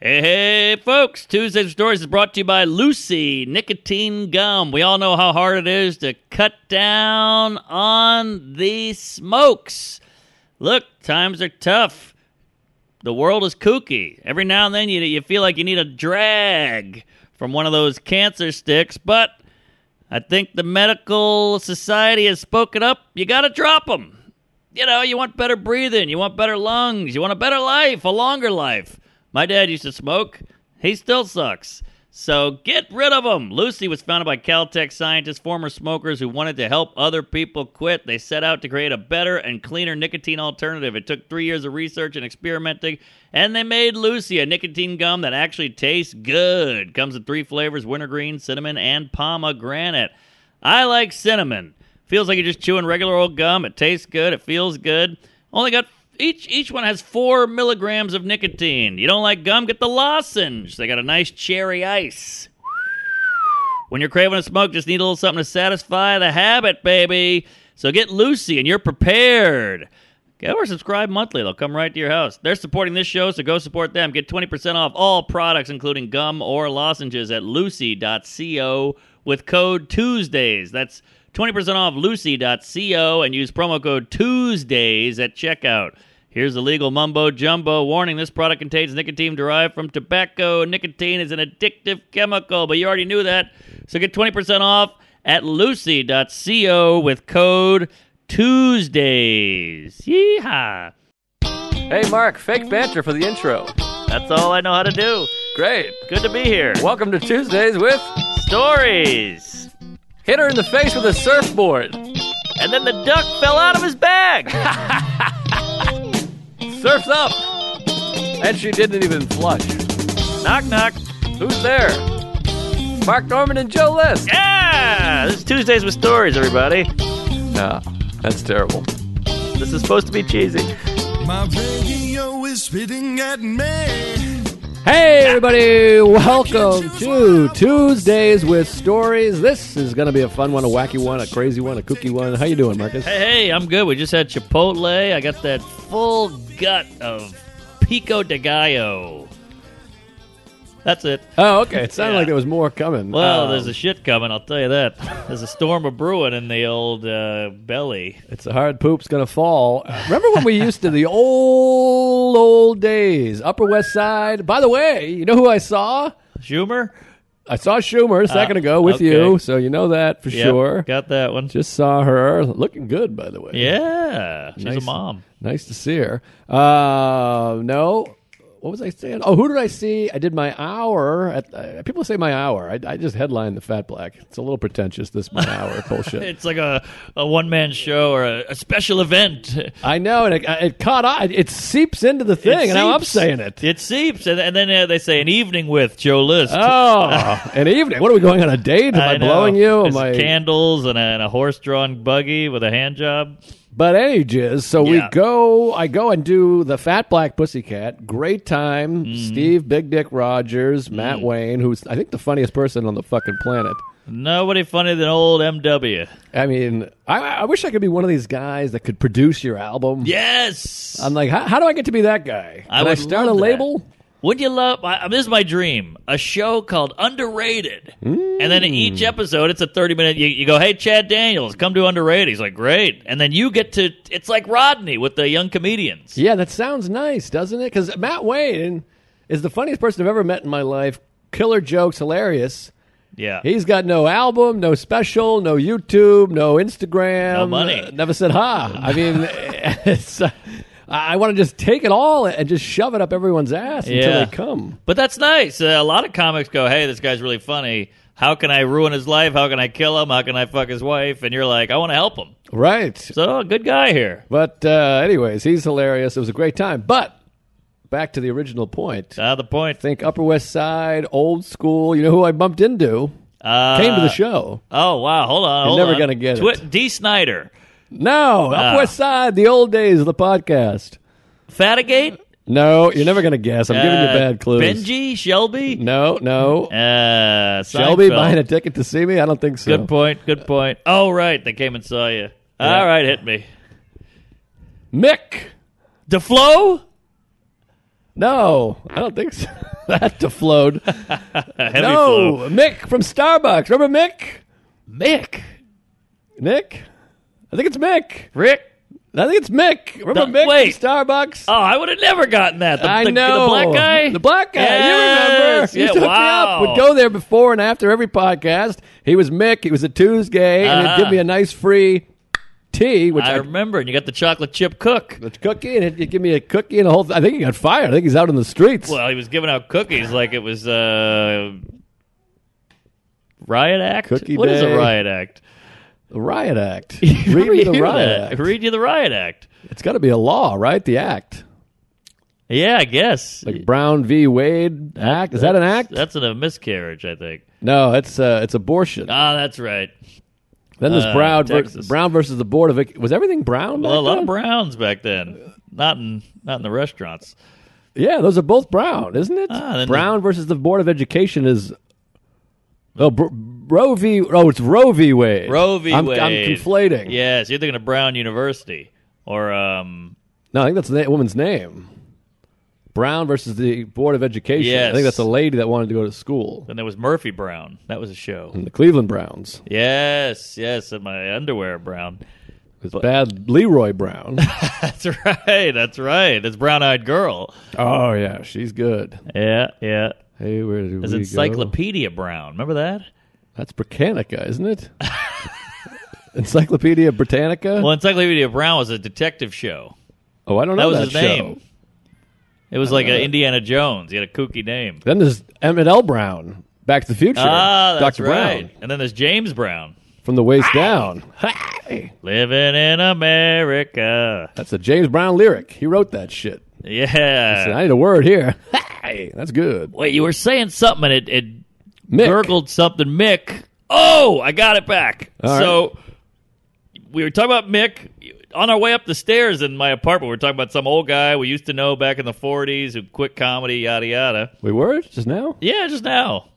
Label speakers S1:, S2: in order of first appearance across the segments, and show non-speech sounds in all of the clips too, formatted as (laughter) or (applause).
S1: Hey, hey, folks! Tuesdays with Stories is brought to you by Lucy Nicotine Gum. We all know how hard it is to cut down on the smokes. Look, times are tough. The world is kooky. Every now and then, you, you feel like you need a drag from one of those cancer sticks, but I think the medical society has spoken up. You got to drop them you know, you want better breathing, you want better lungs, you want a better life, a longer life. My dad used to smoke. He still sucks. So get rid of him. Lucy was founded by Caltech scientists, former smokers who wanted to help other people quit. They set out to create a better and cleaner nicotine alternative. It took three years of research and experimenting, and they made Lucy a nicotine gum that actually tastes good. Comes in three flavors wintergreen, cinnamon, and pomegranate. I like cinnamon. Feels like you're just chewing regular old gum. It tastes good. It feels good. Only got each each one has four milligrams of nicotine. You don't like gum? Get the lozenge. They got a nice cherry ice. When you're craving a smoke, just need a little something to satisfy the habit, baby. So get Lucy and you're prepared. Go or subscribe monthly. They'll come right to your house. They're supporting this show, so go support them. Get 20% off all products, including gum or lozenges, at lucy.co with code Tuesdays. That's 20% off lucy.co and use promo code Tuesdays at checkout. Here's the legal mumbo jumbo warning this product contains nicotine derived from tobacco. Nicotine is an addictive chemical, but you already knew that. So get 20% off at lucy.co with code Tuesdays. Yeehaw.
S2: Hey, Mark, fake banter for the intro.
S1: That's all I know how to do.
S2: Great.
S1: Good to be here.
S2: Welcome to Tuesdays with
S1: Stories.
S2: Hit Her in the Face with a Surfboard.
S1: And then the duck fell out of his bag. (laughs)
S2: Surf's up! And she didn't even flush.
S1: knock, knock.
S2: Who's there? Mark Norman and Joe List.
S1: Yeah! This is Tuesdays with Stories, everybody.
S2: Nah, that's terrible.
S1: This is supposed to be cheesy.
S3: My radio is spitting at me.
S2: Hey, everybody! Welcome to Tuesdays with Stories. This is going to be a fun one, a wacky one, a crazy one, a kooky one. How you doing, Marcus?
S1: Hey, hey, I'm good. We just had Chipotle. I got that full gut of pico de gallo. That's it.
S2: Oh, okay. It sounded
S1: Yeah.
S2: like there was more coming.
S1: Well,
S2: Um,
S1: there's a shit coming, I'll tell you that. (laughs) There's a storm of brewing in the old uh, belly.
S2: It's a hard poop's gonna fall. Uh, Remember when we used to the old old days, Upper West Side. By the way, you know who I saw?
S1: Schumer?
S2: I saw Schumer a second ago with
S1: Uh, okay.
S2: you, so you know that for
S1: Yep,
S2: sure.
S1: Got that one.
S2: Just saw her, looking good by the way.
S1: Yeah. She's
S2: Nice.
S1: a mom.
S2: nice to see her. Uh, no, what was I saying? Oh, who did I see? I did my hour. At, uh, people say my hour. I, I just headlined the Fat Black. It's a little pretentious. This my
S1: (laughs)
S2: hour bullshit.
S1: It's like a, a one man show or a, a special event.
S2: I know, and it, it caught on. It seeps into the thing, and now I'm
S1: seeps.
S2: saying it.
S1: It seeps. And, and then uh, they say an evening with Joe List.
S2: Oh, an evening. What are we going on a date? Am I,
S1: know.
S2: blowing you? Am
S1: There's
S2: I?
S1: candles and a, and a horse-drawn buggy with a hand job?
S2: But any jizz. So we
S1: Yeah.
S2: go. I go and do the Fat Black Pussycat. Great time.
S1: Mm-hmm.
S2: Steve Big Dick Rogers,
S1: Mm.
S2: Matt Wayne, who's I think the funniest person on the fucking planet.
S1: Nobody funnier than old MW.
S2: I mean, I, I wish I could be one of these guys that could produce your album.
S1: Yes,
S2: I'm like, how, how do I get to be that guy?
S1: I
S2: Can I
S1: would
S2: start a
S1: love that.
S2: label?
S1: would you love? I, this is my dream: a show called Underrated, and then in each
S2: Mm.
S1: episode, it's a thirty-minute. You, you go, "Hey, Chad Daniels, come to Underrated." He's like, "Great," and then you get to. It's like Rodney with the young comedians.
S2: Yeah, that sounds nice, doesn't it? Because Matt Wayne is the funniest person I've ever met in my life. Killer jokes, hilarious.
S1: Yeah,
S2: He's got no album, no special, no YouTube, no Instagram.
S1: No money.
S2: Uh, never said ha. I mean, (laughs) it's, uh, I want to just take it all and just shove it up everyone's ass until
S1: Yeah.
S2: they come.
S1: But that's nice. Uh, a lot of comics go, "Hey, this guy's really funny. How can I ruin his life? How can I kill him? How can I fuck his wife?" And you're like, "I want to help him."
S2: Right.
S1: So, good guy here.
S2: But, uh, anyways, he's hilarious. It was a great time. But back to the original point.
S1: Uh, the point.
S2: Think Upper West Side, old school. You know who I bumped into?
S1: Uh,
S2: Came to the show.
S1: Oh wow! Hold on.
S2: You're
S1: hold
S2: never
S1: on.
S2: gonna get
S1: Twi-
S2: it.
S1: D. Snyder,
S2: No, Upper
S1: Ah.
S2: West Side, the old days of the podcast.
S1: Fatigate,
S2: No, you're never going to guess. I'm giving you
S1: Uh,
S2: bad clues.
S1: Benji, Shelby,
S2: No, no.
S1: uh,
S2: Shelby
S1: Seinfeld.
S2: buying a ticket to see me? I don't think so.
S1: Good point. Good point. Oh right, they came and saw you.
S2: Yeah.
S1: All right, hit me.
S2: Mick.
S1: DeFlo.
S2: No, I don't think so. (laughs) that
S1: (laughs)
S2: to float.
S1: Heavy
S2: no,
S1: flow.
S2: Mick from Starbucks. Remember Mick?
S1: Mick.
S2: Nick? I think it's Mick.
S1: Rick.
S2: I think it's Mick. Remember
S1: The-
S2: Mick
S1: wait.
S2: from Starbucks?
S1: Oh, I would have never gotten that. The,
S2: I
S1: the,
S2: know
S1: The black guy.
S2: The black guy. you remember?
S1: Yes.
S2: He used
S1: yeah.
S2: to hook
S1: Wow.
S2: me up. Would go there before and after every podcast. He was Mick. It was a Tuesday, and
S1: Uh-huh.
S2: he'd give me a nice free tea, which
S1: I
S2: I,
S1: remember, and you got the chocolate chip cook.
S2: a cookie, and he'd give me a cookie and a whole. I think he got fired. I think he's out in the streets.
S1: Well, he was giving out cookies like it was uh, riot act.
S2: Cookie
S1: What is
S2: day.
S1: a riot act?
S2: the
S1: (laughs)
S2: riot act. (laughs) Read me the
S1: Read
S2: riot
S1: that.
S2: act.
S1: Read you the riot act.
S2: It's got to be a law, right? The act,
S1: Yeah, I guess.
S2: like Brown v. Wade Act. Is that an act?
S1: That's a miscarriage, I think.
S2: no, it's uh, it's abortion.
S1: Ah, that's right.
S2: then there's
S1: uh,
S2: Brown ver-
S1: Texas.
S2: Brown versus the board of was everything Brown?
S1: Well, a
S2: back
S1: lot of
S2: then?
S1: Browns back then. Not in not in the restaurants.
S2: Yeah, those are both Brown, isn't it?
S1: Ah, then
S2: Brown versus the Board of Education is. Oh, Br- Roe v. Oh, it's Roe v. Wade.
S1: Roe v.
S2: I'm,
S1: Wade.
S2: I'm conflating.
S1: Yes, you're thinking of Brown University or um.
S2: No, I think that's the na- woman's name. Brown versus the Board of Education.
S1: Yes.
S2: I think that's a lady that wanted to go to school.
S1: Then there was Murphy Brown. That was a show.
S2: And the Cleveland Browns.
S1: Yes, yes, and my underwear brown. (laughs)
S2: It's bad Leroy Brown.
S1: That's right. That's right. It's brown eyed girl.
S2: oh, yeah, she's good.
S1: Yeah, yeah.
S2: Hey, where do
S1: It's
S2: we go?
S1: Encyclopedia Brown. Remember that?
S2: That's Britannica, isn't it? (laughs) Encyclopedia Britannica?
S1: Well, Encyclopedia Brown was a detective show.
S2: Oh, I don't
S1: That
S2: know
S1: was
S2: that
S1: his
S2: show.
S1: name. It was like a Indiana Jones. He had a kooky name.
S2: Then there's Emmett L. Brown, Back to the Future,
S1: Ah, that's
S2: Dr.
S1: right.
S2: Brown,
S1: And then there's James Brown.
S2: from the waist down. Hi!
S1: Living in America.
S2: That's a James Brown lyric. He wrote that shit.
S1: Yeah.
S2: I need a word here. Hi! That's good.
S1: Wait, you were saying something and it, it
S2: Mick.
S1: gurgled something. Mick. Oh, I got it back.
S2: All right.
S1: so we were talking about Mick on our way up the stairs in my apartment. We were talking about some old guy we used to know back in the 40s who quit comedy, yada, yada.
S2: We were just now?
S1: Yeah, just now.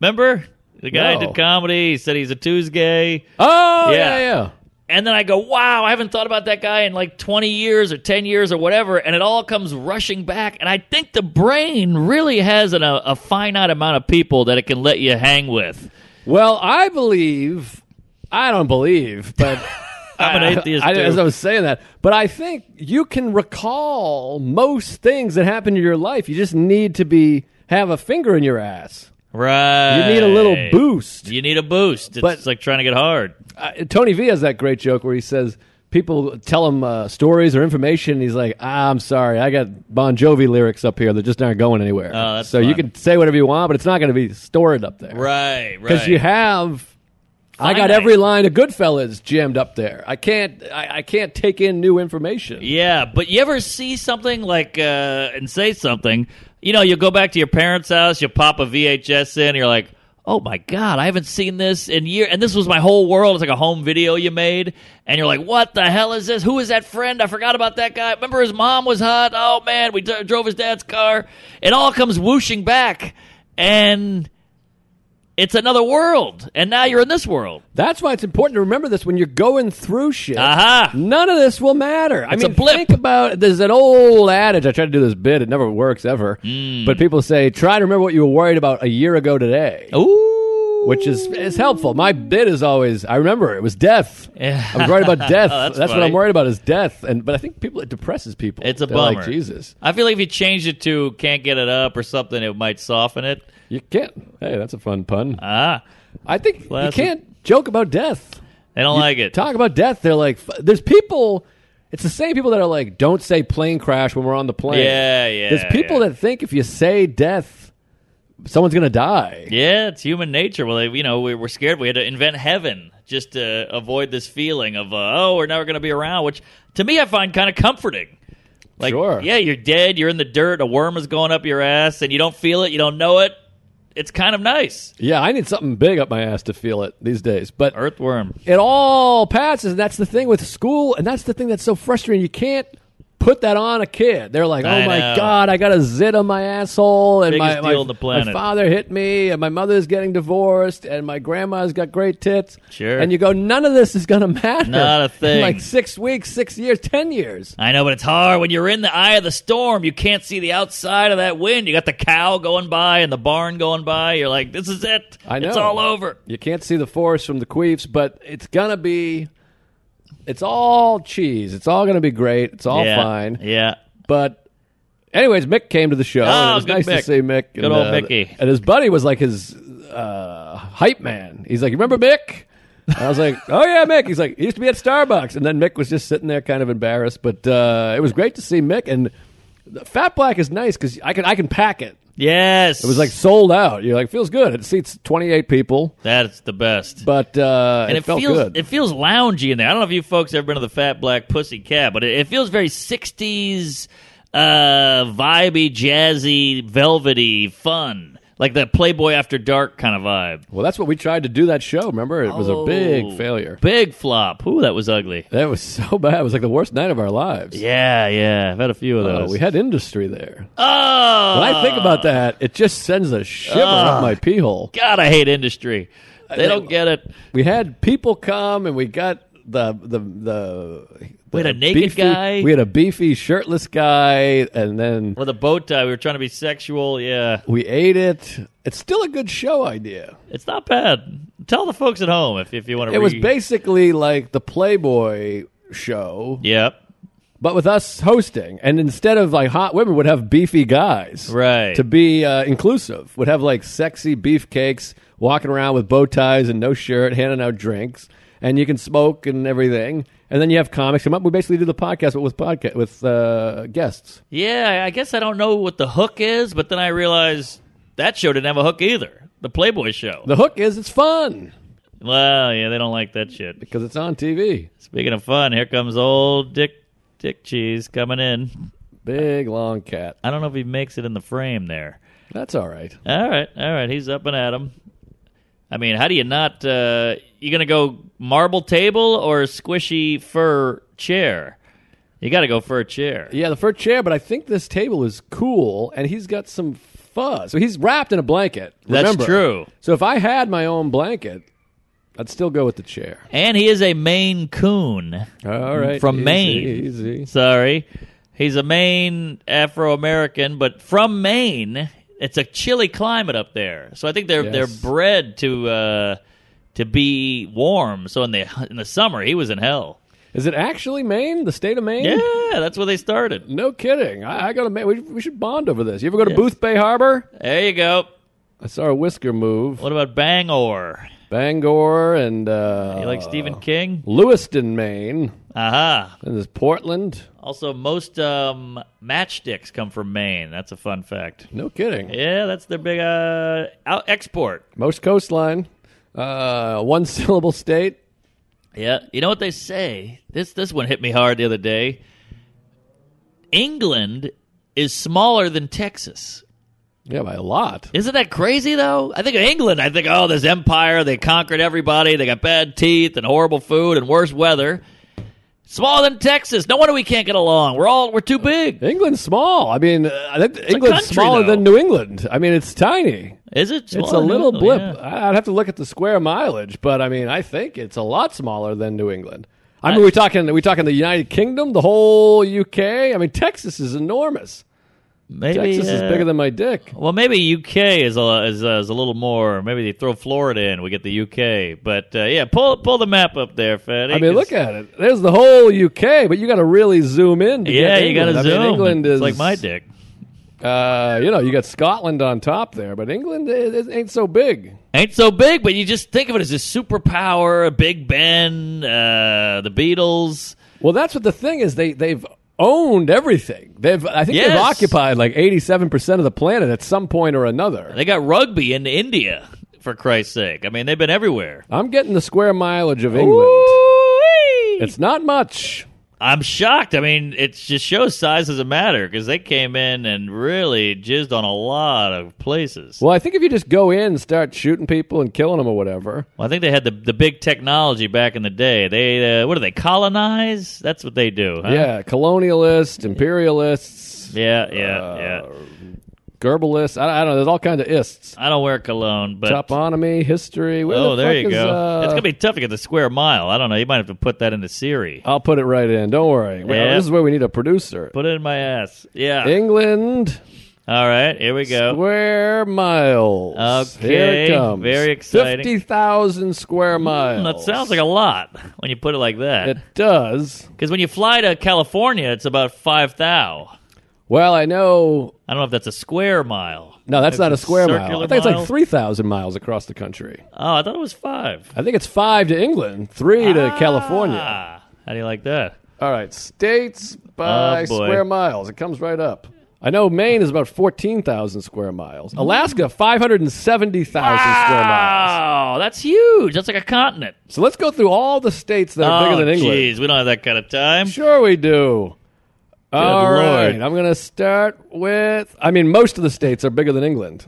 S1: Remember? The guy
S2: No.
S1: did comedy. He said he's a Tuesday.
S2: Oh,
S1: Yeah.
S2: yeah, yeah.
S1: And then I go, wow, I haven't thought about that guy in like 20 years or 10 years or whatever. And it all comes rushing back. And I think the brain really has an, a, a finite amount of people that it can let you hang with.
S2: Well, I believe, I don't believe,
S1: (laughs)
S2: but
S1: I'm an
S2: I-
S1: atheist.
S2: (laughs) I,
S1: too.
S2: as I was saying that, but I think you can recall most things that happen in your life. You just need to be have a finger in your ass. You
S1: right.
S2: need a little boost.
S1: You need a boost. It's
S2: But-
S1: like trying to get hard.
S2: uh, Tony V has that great joke where he says people tell him uh, stories or information. And he's like, ah, I'm sorry, I got Bon Jovi lyrics up here that just aren't going anywhere.
S1: Oh, that's
S2: so
S1: fun.
S2: you can say whatever you want, but it's not going to be stored up there
S1: Right, right.
S2: because you have. I got
S1: Finite.
S2: every line of Goodfellas jammed up there. I can't. I, I can't take in new information.
S1: Yeah, but you ever see something like uh, and say something? You know, you go back to your parents' house, you pop a VHS in, and you're like, "Oh my god, I haven't seen this in year." And this was my whole world. It's like a home video you made, and you're like, "What the hell is this? Who is that friend? I forgot about that guy. Remember his mom was hot. Oh man, we d- drove his dad's car. It all comes whooshing back, and it's another world. And now you're in this world.
S2: That's why it's important to remember this when you're going through shit.
S1: Aha.
S2: None of this will matter.
S1: Uh-huh.
S2: I
S1: It's a
S2: mean,
S1: blip.
S2: think about there's an old adage. I tried to do this bit; it never works ever.
S1: Hmm.
S2: But people say, try to remember what you were worried about a year ago today,
S1: Oh. Ooh,
S2: which is is helpful. My bit is always, I remember it was death.
S1: Yeah.
S2: I was worried
S1: (laughs)
S2: about death.
S1: Oh, that's
S2: what I'm
S1: funny.
S2: worried about is death. And but I think people it depresses people.
S1: It's a
S2: They're like,
S1: bummer.
S2: Jesus,
S1: I feel like if you changed it to "can't get it up" or something, it might soften it.
S2: you can't. Hey, that's a fun pun.
S1: Ah,
S2: I think
S1: classic.
S2: you can't joke about death.
S1: they don't like it.
S2: talk about death. They're like, f- there's people. It's the same people that are like, don't say plane crash when we're on the plane.
S1: yeah, yeah.
S2: There's people
S1: yeah.
S2: that think if you say death, someone's gonna die.
S1: Yeah, it's human nature. Well, they, you know, we were scared. We had to invent heaven just to avoid this feeling of uh, oh, we're never going to be around. Which to me, I find kind of comforting. Like,
S2: Sure.
S1: yeah, you're dead. You're in the dirt. A worm is going up your ass, and you don't feel it. You don't know it. It's kind of nice.
S2: Yeah, I need something big up my ass to feel it these days. But
S1: Earthworm.
S2: it all passes. And that's the thing with school, and that's the thing that's so frustrating. You can't put that on a kid. They're like, oh
S1: I
S2: my
S1: know.
S2: god, I got a zit on my asshole, and
S1: Biggest
S2: my, my,
S1: deal on the planet.
S2: my father hit me, and my mother's getting divorced, and my grandma's got great tits.
S1: Sure.
S2: And you go, none of this is going to matter.
S1: Not a
S2: (laughs) in
S1: thing.
S2: like six weeks, six years, ten years.
S1: I know, but it's hard when you're in the eye of the storm. You can't see the outside of that wind. You got the cow going by and the barn going by. You're like, this is it.
S2: I know.
S1: It's all over.
S2: You can't see the forest from the queefs, but it's gonna be. It's all cheese. It's all gonna be great. It's all
S1: yeah.
S2: fine.
S1: Yeah.
S2: But, anyways, Mick came to the show. and
S1: Oh,
S2: it was
S1: good
S2: nice
S1: Mick.
S2: to see Mick.
S1: Good old Mickey.
S2: And his buddy was like his uh, hype man. He's like, "You remember Mick?" And I was like, "Oh yeah, Mick." He's like, "He used to be at Starbucks." And then Mick was just sitting there, kind of embarrassed. But uh, it was great to see Mick. And the Fat Black is nice because I can I can pack it.
S1: Yes.
S2: It was like sold out. You're like, feels good. It seats 28 people.
S1: that's the best.
S2: But uh,
S1: and
S2: it,
S1: it,
S2: felt
S1: feels
S2: good.
S1: it feels loungy in there. I don't know if you folks ever been to the Fat Black Pussy Cat, but it, it feels very '60s, uh, vibey, jazzy, velvety, fun, like the Playboy After Dark kind of vibe.
S2: well, that's what we tried to do that show. Remember, it was a
S1: Oh,
S2: big failure.
S1: big flop. Ooh, that was ugly.
S2: That was (laughs) so bad. It was like the worst night of our lives.
S1: Yeah, yeah, I've had a few of
S2: Oh,
S1: those.
S2: we had industry there.
S1: oh,
S2: When I think about
S1: Uh.
S2: that, it just sends a shiver up my pee hole.
S1: God, I hate industry. They don't get it.
S2: We had people come, and we got the the the.
S1: We had a
S2: the
S1: naked
S2: beefy-
S1: guy.
S2: We had a beefy shirtless guy, and then
S1: With a bow tie, we were trying to be sexual. Yeah,
S2: we ate it. It's still a good show idea.
S1: it's not bad. Tell the folks at home if, if you want to.
S2: It was
S1: re-
S2: basically like the Playboy show,
S1: Yep.
S2: but with us hosting. And instead of like hot women, would have beefy guys,
S1: Right.
S2: To be uh, inclusive, would have like sexy beefcakes walking around with bow ties and no shirt, handing out drinks, and you can smoke and everything. And then you have comics come up. We basically do the podcast, but with podcast with uh, guests.
S1: Yeah, I guess I don't know what the hook is, but then I realized that show didn't have a hook either. The Playboy show.
S2: The hook is it's fun
S1: well, yeah, they don't like that shit.
S2: because it's on TV.
S1: Speaking of fun, here comes old Dick Dick Cheese coming in.
S2: Big long cat.
S1: I don't know if he makes it in the frame there.
S2: That's all right.
S1: All right, all right, he's up and at 'em. I mean, how do you not? Uh, you gonna go marble table or squishy fur chair? You got to go fur chair.
S2: Yeah, the fur chair, but I think this table is cool, and he's got some fuzz. So he's wrapped in a blanket.
S1: That's
S2: remember.
S1: true.
S2: So if I had my own blanket, I'd still go with the chair.
S1: And he is a Maine Coon.
S2: All right,
S1: From
S2: easy,
S1: Maine.
S2: Easy.
S1: Sorry. He's a Maine Afro American, but from Maine, it's a chilly climate up there. So I think they're they're
S2: Yes.
S1: bred to uh, to be warm. So in the in the summer, he was in hell.
S2: Is it actually Maine? The state of Maine?
S1: Yeah, that's where they started.
S2: No kidding. I, I got to. We, we should bond over this. You ever go to Booth Bay Harbor?
S1: There you go.
S2: I saw a whisker move.
S1: What about Bangor?
S2: Bangor and uh,
S1: You like Stephen King?
S2: Lewiston, Maine,
S1: Aha.
S2: and there's Portland.
S1: Also, most um, matchsticks come from Maine. That's a fun fact.
S2: No kidding.
S1: Yeah, that's their big uh, out export.
S2: Most coastline. Uh, one syllable state.
S1: Yeah, you know what they say. This this one hit me hard the other day. England is smaller than Texas.
S2: Yeah, by a lot.
S1: Isn't that crazy though? I think of England. I think oh, this empire. They conquered everybody. They got bad teeth and horrible food and worse weather. Smaller than Texas. No wonder we can't get along. We're all we're too big.
S2: England's small. I mean, uh, I think England's
S1: country,
S2: smaller
S1: though.
S2: than New England. I mean, it's tiny.
S1: Is it?
S2: It's
S1: smaller
S2: a
S1: than
S2: little
S1: England?
S2: blip.
S1: Yeah.
S2: I- I'd have to look at the square mileage, but I mean, I think it's a lot smaller than New England. I mean, we talking are we talking the United Kingdom, the whole UK. I mean, Texas is enormous.
S1: Maybe
S2: Texas is
S1: uh,
S2: bigger than my dick.
S1: Well, maybe UK is a is, uh, is a little more. Maybe they throw Florida in. We get the UK, but uh, yeah, pull pull the map up there, Fed.
S2: I mean, look at it. There's the whole UK, but you got to really zoom in. To
S1: yeah,
S2: get
S1: you got to
S2: England. I
S1: zoom.
S2: mean, England is
S1: it's like my dick.
S2: Uh, you know, you got Scotland on top there, but England it, it ain't so big.
S1: Ain't so big, but you just think of it as a superpower, Big Ben, uh, the Beatles.
S2: Well, that's what the thing is. They they've owned everything. They've I think they've
S1: Yes.
S2: occupied like eighty seven percent of the planet at some point or another.
S1: They got rugby in India, for Christ's sake. I mean, they've been everywhere.
S2: I'm getting the square mileage of England.
S1: Ooh-wee.
S2: It's not much.
S1: I'm shocked. I mean, it just shows size doesn't matter because they came in and really jizzed on a lot of places.
S2: Well, I think if you just go in and start shooting people and killing them or whatever,
S1: Well, I think they had the the big technology back in the day. They uh, what do they colonize? That's what they do. Huh?
S2: yeah, colonialists, imperialists,
S1: yeah, yeah, yeah.
S2: Uh, Gerbalists, I, I don't know, there's all kinds of ists.
S1: I don't wear cologne, but
S2: Toponomy, history. Where
S1: oh,
S2: the
S1: there
S2: fuck
S1: you
S2: is,
S1: go.
S2: uh,
S1: it's gonna be tough to get the square mile. I don't know. You might have to put that into Siri.
S2: I'll put it right in. Don't worry. Well,
S1: Yeah.
S2: This is where we need a producer.
S1: Put it in my ass. Yeah.
S2: England,
S1: All right. Here we go.
S2: square miles. Here it
S1: Okay,
S2: comes.
S1: very exciting. Hmm,
S2: 50,000 square miles.
S1: That sounds like a lot when you put it like
S2: It
S1: that.
S2: does.
S1: Because when you fly to California, it's about five thou.
S2: Well, I know.
S1: I don't know if that's a square mile.
S2: No, that's
S1: It's
S2: not
S1: a
S2: a square mile.
S1: circular
S2: I think it's
S1: mile?
S2: like 3,000 miles across the country.
S1: Oh, I thought it was five.
S2: I think it's five to England, three to California.
S1: Ah, how do you like that?
S2: All right, states by
S1: Oh, boy.
S2: square miles. It comes right up. I know Maine is about 14,000 square miles. Alaska, 570,000 square
S1: Ah. Wow,
S2: miles.
S1: that's huge. That's like a continent.
S2: So let's go through all the states that are
S1: oh,
S2: bigger than England.
S1: jeez, we don't have that kind of time.
S2: Sure, we do. All
S1: Lord.
S2: right, I'm going to start with. I mean, most of the states are bigger than England.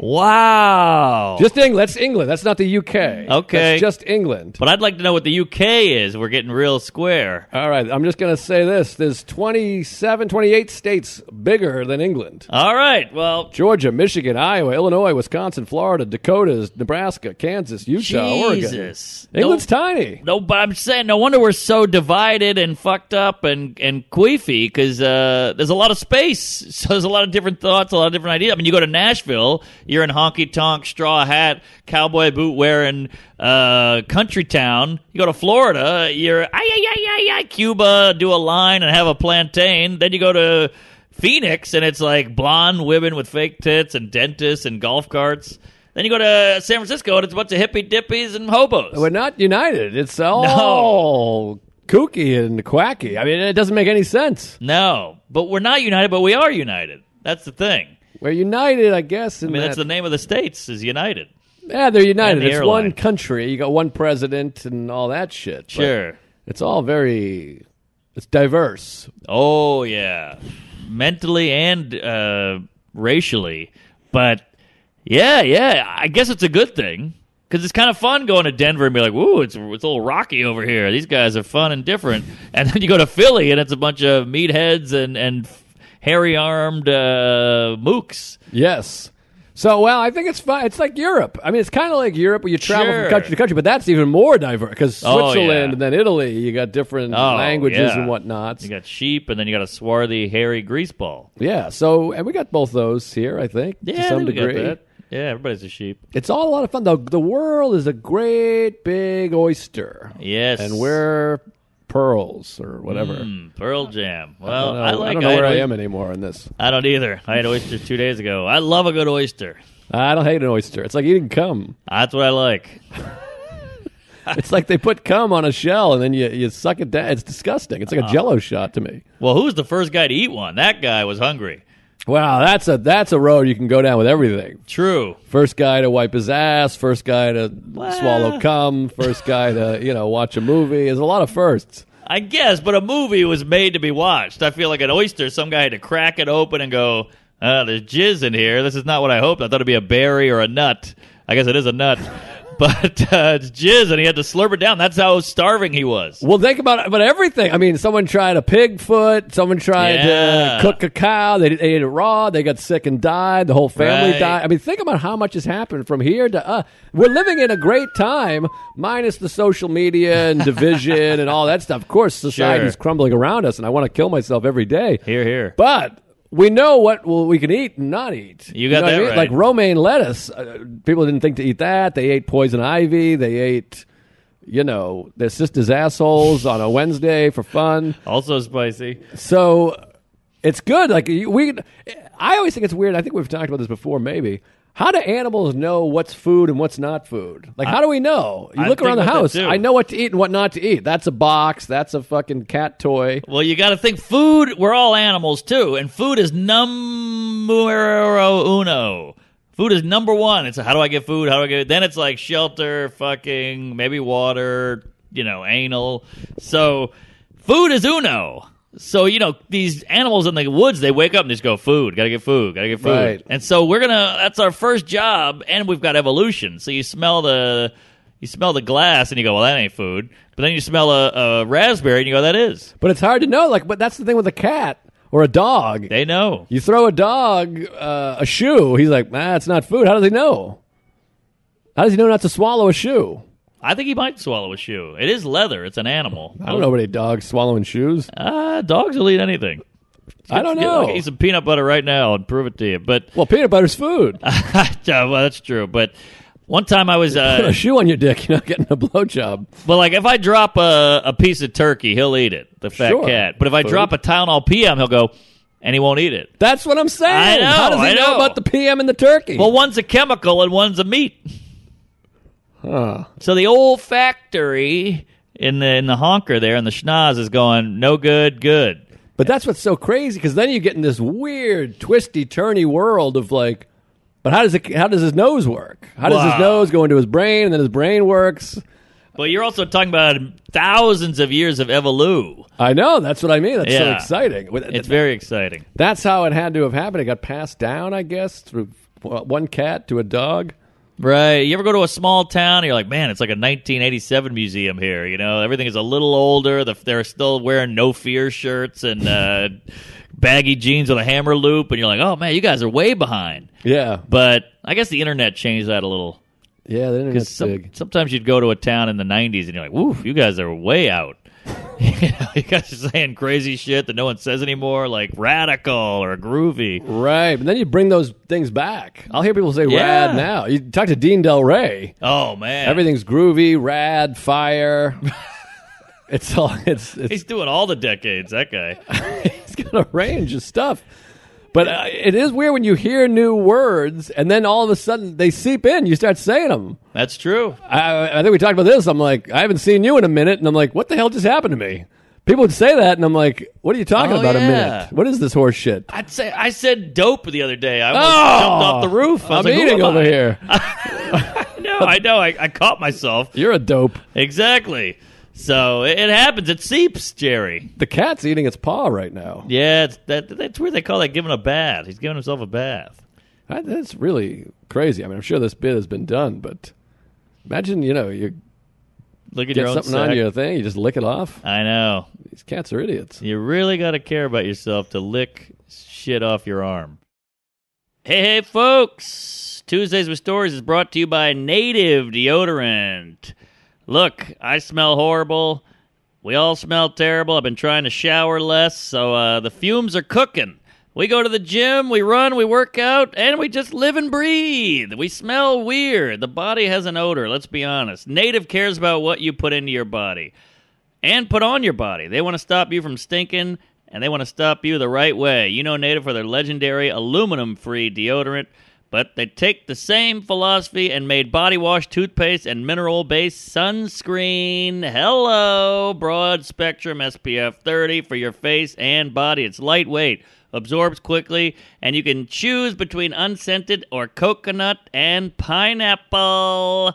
S1: Wow.
S2: Just England. That's England. That's not the UK.
S1: Okay.
S2: That's just England.
S1: but I'd like to know what the UK is. We're getting real square.
S2: All right, I'm just going to say this. There's 27, 28 states bigger than England.
S1: All right. Well,
S2: Georgia, Michigan, Iowa, Illinois, Wisconsin, Florida, Dakotas, Nebraska, Kansas, Utah, Oregon.
S1: Jesus.
S2: England's tiny.
S1: No, but I'm saying no wonder we're so divided and fucked up and and queefy because uh, there's a lot of space. (laughs) So there's a lot of different thoughts, a lot of different ideas. I mean, you go to Nashville, you're in honky tonk, straw hat, cowboy boot wearing uh, country town. You go to Florida, you're ay ay ay ay ay Cuba, do a line and have a plantain. Then you go to Phoenix, and it's like blonde women with fake tits and dentists and golf carts. Then you go to San Francisco, and it's a bunch of hippy dippies and hobos.
S2: We're not united. It's all kooky and quacky. I mean, it doesn't make any sense.
S1: No, but we're not united, but we are united. That's the thing.
S2: We're united, I guess. In
S1: I mean, that's
S2: that-
S1: the name of the states is united.
S2: yeah, they're united.
S1: and the
S2: it's
S1: airline.
S2: one country. You got one president and all that shit. but
S1: Sure.
S2: It's all very. It's diverse.
S1: Oh yeah, mentally and uh, racially, but yeah, yeah. I guess it's a good thing because it's kind of fun going to Denver and be like, "Woo, it's it's a little rocky over here. These guys are fun and different." (laughs) and then you go to Philly and it's a bunch of meatheads and and hairy armed uh, mooks.
S2: Yes. So, well, I think it's fine. It's like Europe. I mean, it's kind of like Europe where you travel
S1: Sure.
S2: from country to country, but that's even more diverse because
S1: Oh,
S2: Switzerland
S1: yeah.
S2: and then Italy, you got different
S1: Oh,
S2: languages
S1: yeah.
S2: and whatnot.
S1: You got sheep, and then you got a swarthy, hairy greaseball.
S2: yeah. So, and we got both those here, I think, to some
S1: we got
S2: degree.
S1: that. Yeah, everybody's a sheep.
S2: It's all a lot of fun. The, the world is a great big oyster,
S1: Yes,
S2: and we're pearls or whatever.
S1: Mm, Pearl Jam.
S2: I
S1: Well,
S2: don't know,
S1: I, like.
S2: I don't know where I
S1: oys-
S2: am anymore in this.
S1: I don't either. I had oysters two days ago. I love a good oyster.
S2: I don't hate an oyster. It's like eating cum.
S1: That's what I like.
S2: It's like they put cum on a shell and then you, you suck it down. It's disgusting. It's like a jello shot to me.
S1: Well, who's the first guy to eat one? That guy was hungry.
S2: Wow, that's a that's a road you can go down with everything.
S1: True.
S2: First guy to wipe his ass, first guy to swallow cum, first guy to you know watch a movie. There's a lot of firsts.
S1: I guess, but a movie was made to be watched. I feel like an oyster. Some guy had to crack it open and go, uh, "There's jizz in here. This is not what I hoped. I thought it'd be a berry or a nut. I guess it is a nut, (laughs) but uh, it's jizz, and he had to slurp it down. That's how starving he was.
S2: Well, think about about everything. I mean, someone tried a pig foot, someone tried
S1: Yeah.
S2: to cook a cow. They, they ate it raw. They got sick and died. The whole family
S1: Right.
S2: died. I mean, think about how much has happened from here to uh. We're living in a great time, minus the social
S1: (laughs)
S2: media and division and all that stuff. Of course, society's crumbling around us, and I want to kill myself every day.
S1: Here, here.
S2: But we know what well, we can eat and not eat.
S1: You got
S2: know what
S1: that
S2: I mean?
S1: right.
S2: Like romaine lettuce, uh, people didn't think to eat that. They ate poison ivy. They ate, you know, their sister's assholes on a Wednesday for fun.
S1: Also spicy.
S2: So it's good. Like you- we, I always think it's weird. I think we've talked about this before. Maybe how do animals know what's food and what's not food? Like how do we know? You
S1: I
S2: look around the
S1: think about that
S2: house.
S1: too.
S2: I know what to eat and what not to eat. That's a box. That's a fucking cat toy.
S1: Well, you got to think food. We're all animals too, and food is numero uno. Food is number one. It's how do I get food? How do I get? Then it's like shelter, fucking, maybe water, you know, anal. So, food is uno. So you know these animals in the woods, they wake up and just go food, gotta get food, gotta get food.
S2: Right.
S1: And so we're gonna that's our first job, and we've got evolution. So you smell the you smell the glass, and you go, well, that ain't food. But then you smell a, a raspberry, and you go, that is.
S2: But it's hard to know. Like, but that's the thing with a cat or a dog.
S1: They know.
S2: You throw a dog uh, a shoe, he's like, nah, it's not food. How does he know? How does he know not to swallow a shoe?
S1: I think he might swallow a shoe. It is leather. It's an animal.
S2: I don't know any dogs swallowing shoes.
S1: Oh. Uh, dogs will eat anything.
S2: I don't
S1: Get-
S2: know.
S1: I'll eat some peanut butter right now and prove it to you. But (laughs)
S2: Well, peanut butter's food.
S1: Yeah, well, that's true. But one time I was
S2: Put (laughs) a
S1: uh,
S2: shoe on your dick, you're not getting a blowjob.
S1: But like, if I drop a, a piece of turkey, he'll eat it, the fat
S2: Sure.
S1: cat. But if I drop a Tylenol PM, he'll go, and he won't eat it.
S2: That's what I'm saying.
S1: I know,
S2: How does he
S1: I know.
S2: about the PM and the turkey?
S1: Well, one's a chemical and one's a meat. So the old factory in the in the honker there in the schnoz is going no good, good.
S2: but that's what's so crazy because then you get in this weird, twisty, turny world of like, but how does it? How does his nose work? How does
S1: Wow.
S2: his nose go into his brain and then his brain works?
S1: But you're also talking about thousands of years of evolu.
S2: I know. That's what I mean. That's so
S1: Yeah.
S2: exciting. With-
S1: It's very exciting.
S2: That's how it had to have happened. It got passed down, I guess, through uh, one cat to a dog.
S1: Right. You ever go to a small town and you're like, man, it's like a 1987 museum here. You know, everything is a little older. The, they're still wearing no fear shirts and uh, (laughs) baggy jeans with a hammer loop. And you're like, oh, man, you guys are way behind.
S2: Yeah,
S1: But I guess the internet changed that a little.
S2: yeah, the internet's
S1: Some,
S2: big.
S1: sometimes you'd go to a town in the 90s and you're like, woof, you guys are way out. (laughs) you, know, you guys are saying crazy shit that no one says anymore, like radical or groovy.
S2: Right, but then you bring those things back. I'll hear people say
S1: Yeah.
S2: "rad" now. You talk to Dean Del Rey.
S1: Oh, man.
S2: Everything's groovy,
S1: (laughs)
S2: rad, fire. it's all it's it's
S1: He's doing all the decades, that guy.
S2: it's got a range of stuff. But uh, it is weird when you hear new words and then all of a sudden they seep in. You start saying them.
S1: That's true.
S2: I, I think we talked about this. I'm like, I haven't seen you in a minute, and I'm like, what the hell just happened to me? People would say that, and I'm like, what are you talking
S1: Oh,
S2: about? A
S1: yeah.
S2: minute? What is this horse shit? Oh!
S1: I'd say I said dope the other day. I almost jumped off the roof. I
S2: I'm
S1: was like, who
S2: eating
S1: am
S2: over
S1: I?
S2: here.
S1: (laughs) No, I know. I, I caught myself
S2: You're a dope.
S1: exactly. So it, it happens. It seeps, Jerry.
S2: The cat's eating its paw right now.
S1: Yeah, it's, that, that's where they call that giving a bath. He's giving himself a bath.
S2: I, that's really crazy. I mean, I'm sure this bit has been done, but imagine you know you
S1: Look at
S2: get
S1: your own
S2: something
S1: sack.
S2: on your thing, you just lick it off.
S1: I know.
S2: These cats are idiots.
S1: You really got to care about yourself to lick shit off your arm. Hey, hey, folks! Tuesdays with Stories is brought to you by Native Deodorant. Look, I smell horrible. We all smell terrible. I've been trying to shower less, so uh, the fumes are cooking. We go to the gym, we run, we work out, and we just live and breathe. We smell weird. The body has an odor, let's be honest. Native cares about what you put into your body and put on your body. They want to stop you from stinking and they want to stop you the right way. You know Native for their legendary aluminum free deodorant, but they take the same philosophy and made body wash, toothpaste, and mineral based sunscreen. Hello, broad spectrum SPF 30 for your face and body. It's lightweight. Absorbs quickly, and you can choose between unscented or coconut and pineapple.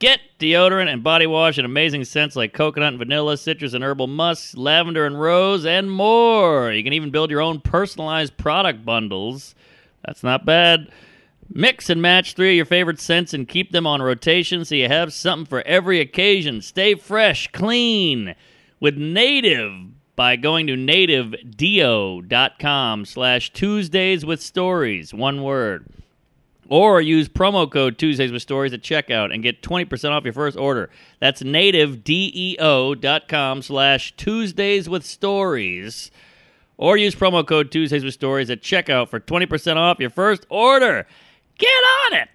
S1: Get deodorant and body wash in amazing scents like coconut and vanilla, citrus and herbal musk, lavender and rose, and more. You can even build your own personalized product bundles. That's not bad. Mix and match three of your favorite scents and keep them on rotation so you have something for every occasion. Stay fresh, clean with Native by going to nativedo.com slash Tuesdays with Stories. One word or use promo code Tuesdays with Stories at checkout and get 20% off your first order. That's E nativedeo.com slash Tuesdays with Stories. Or use promo code Tuesdays with Stories at checkout for 20% off your first order. Get on it!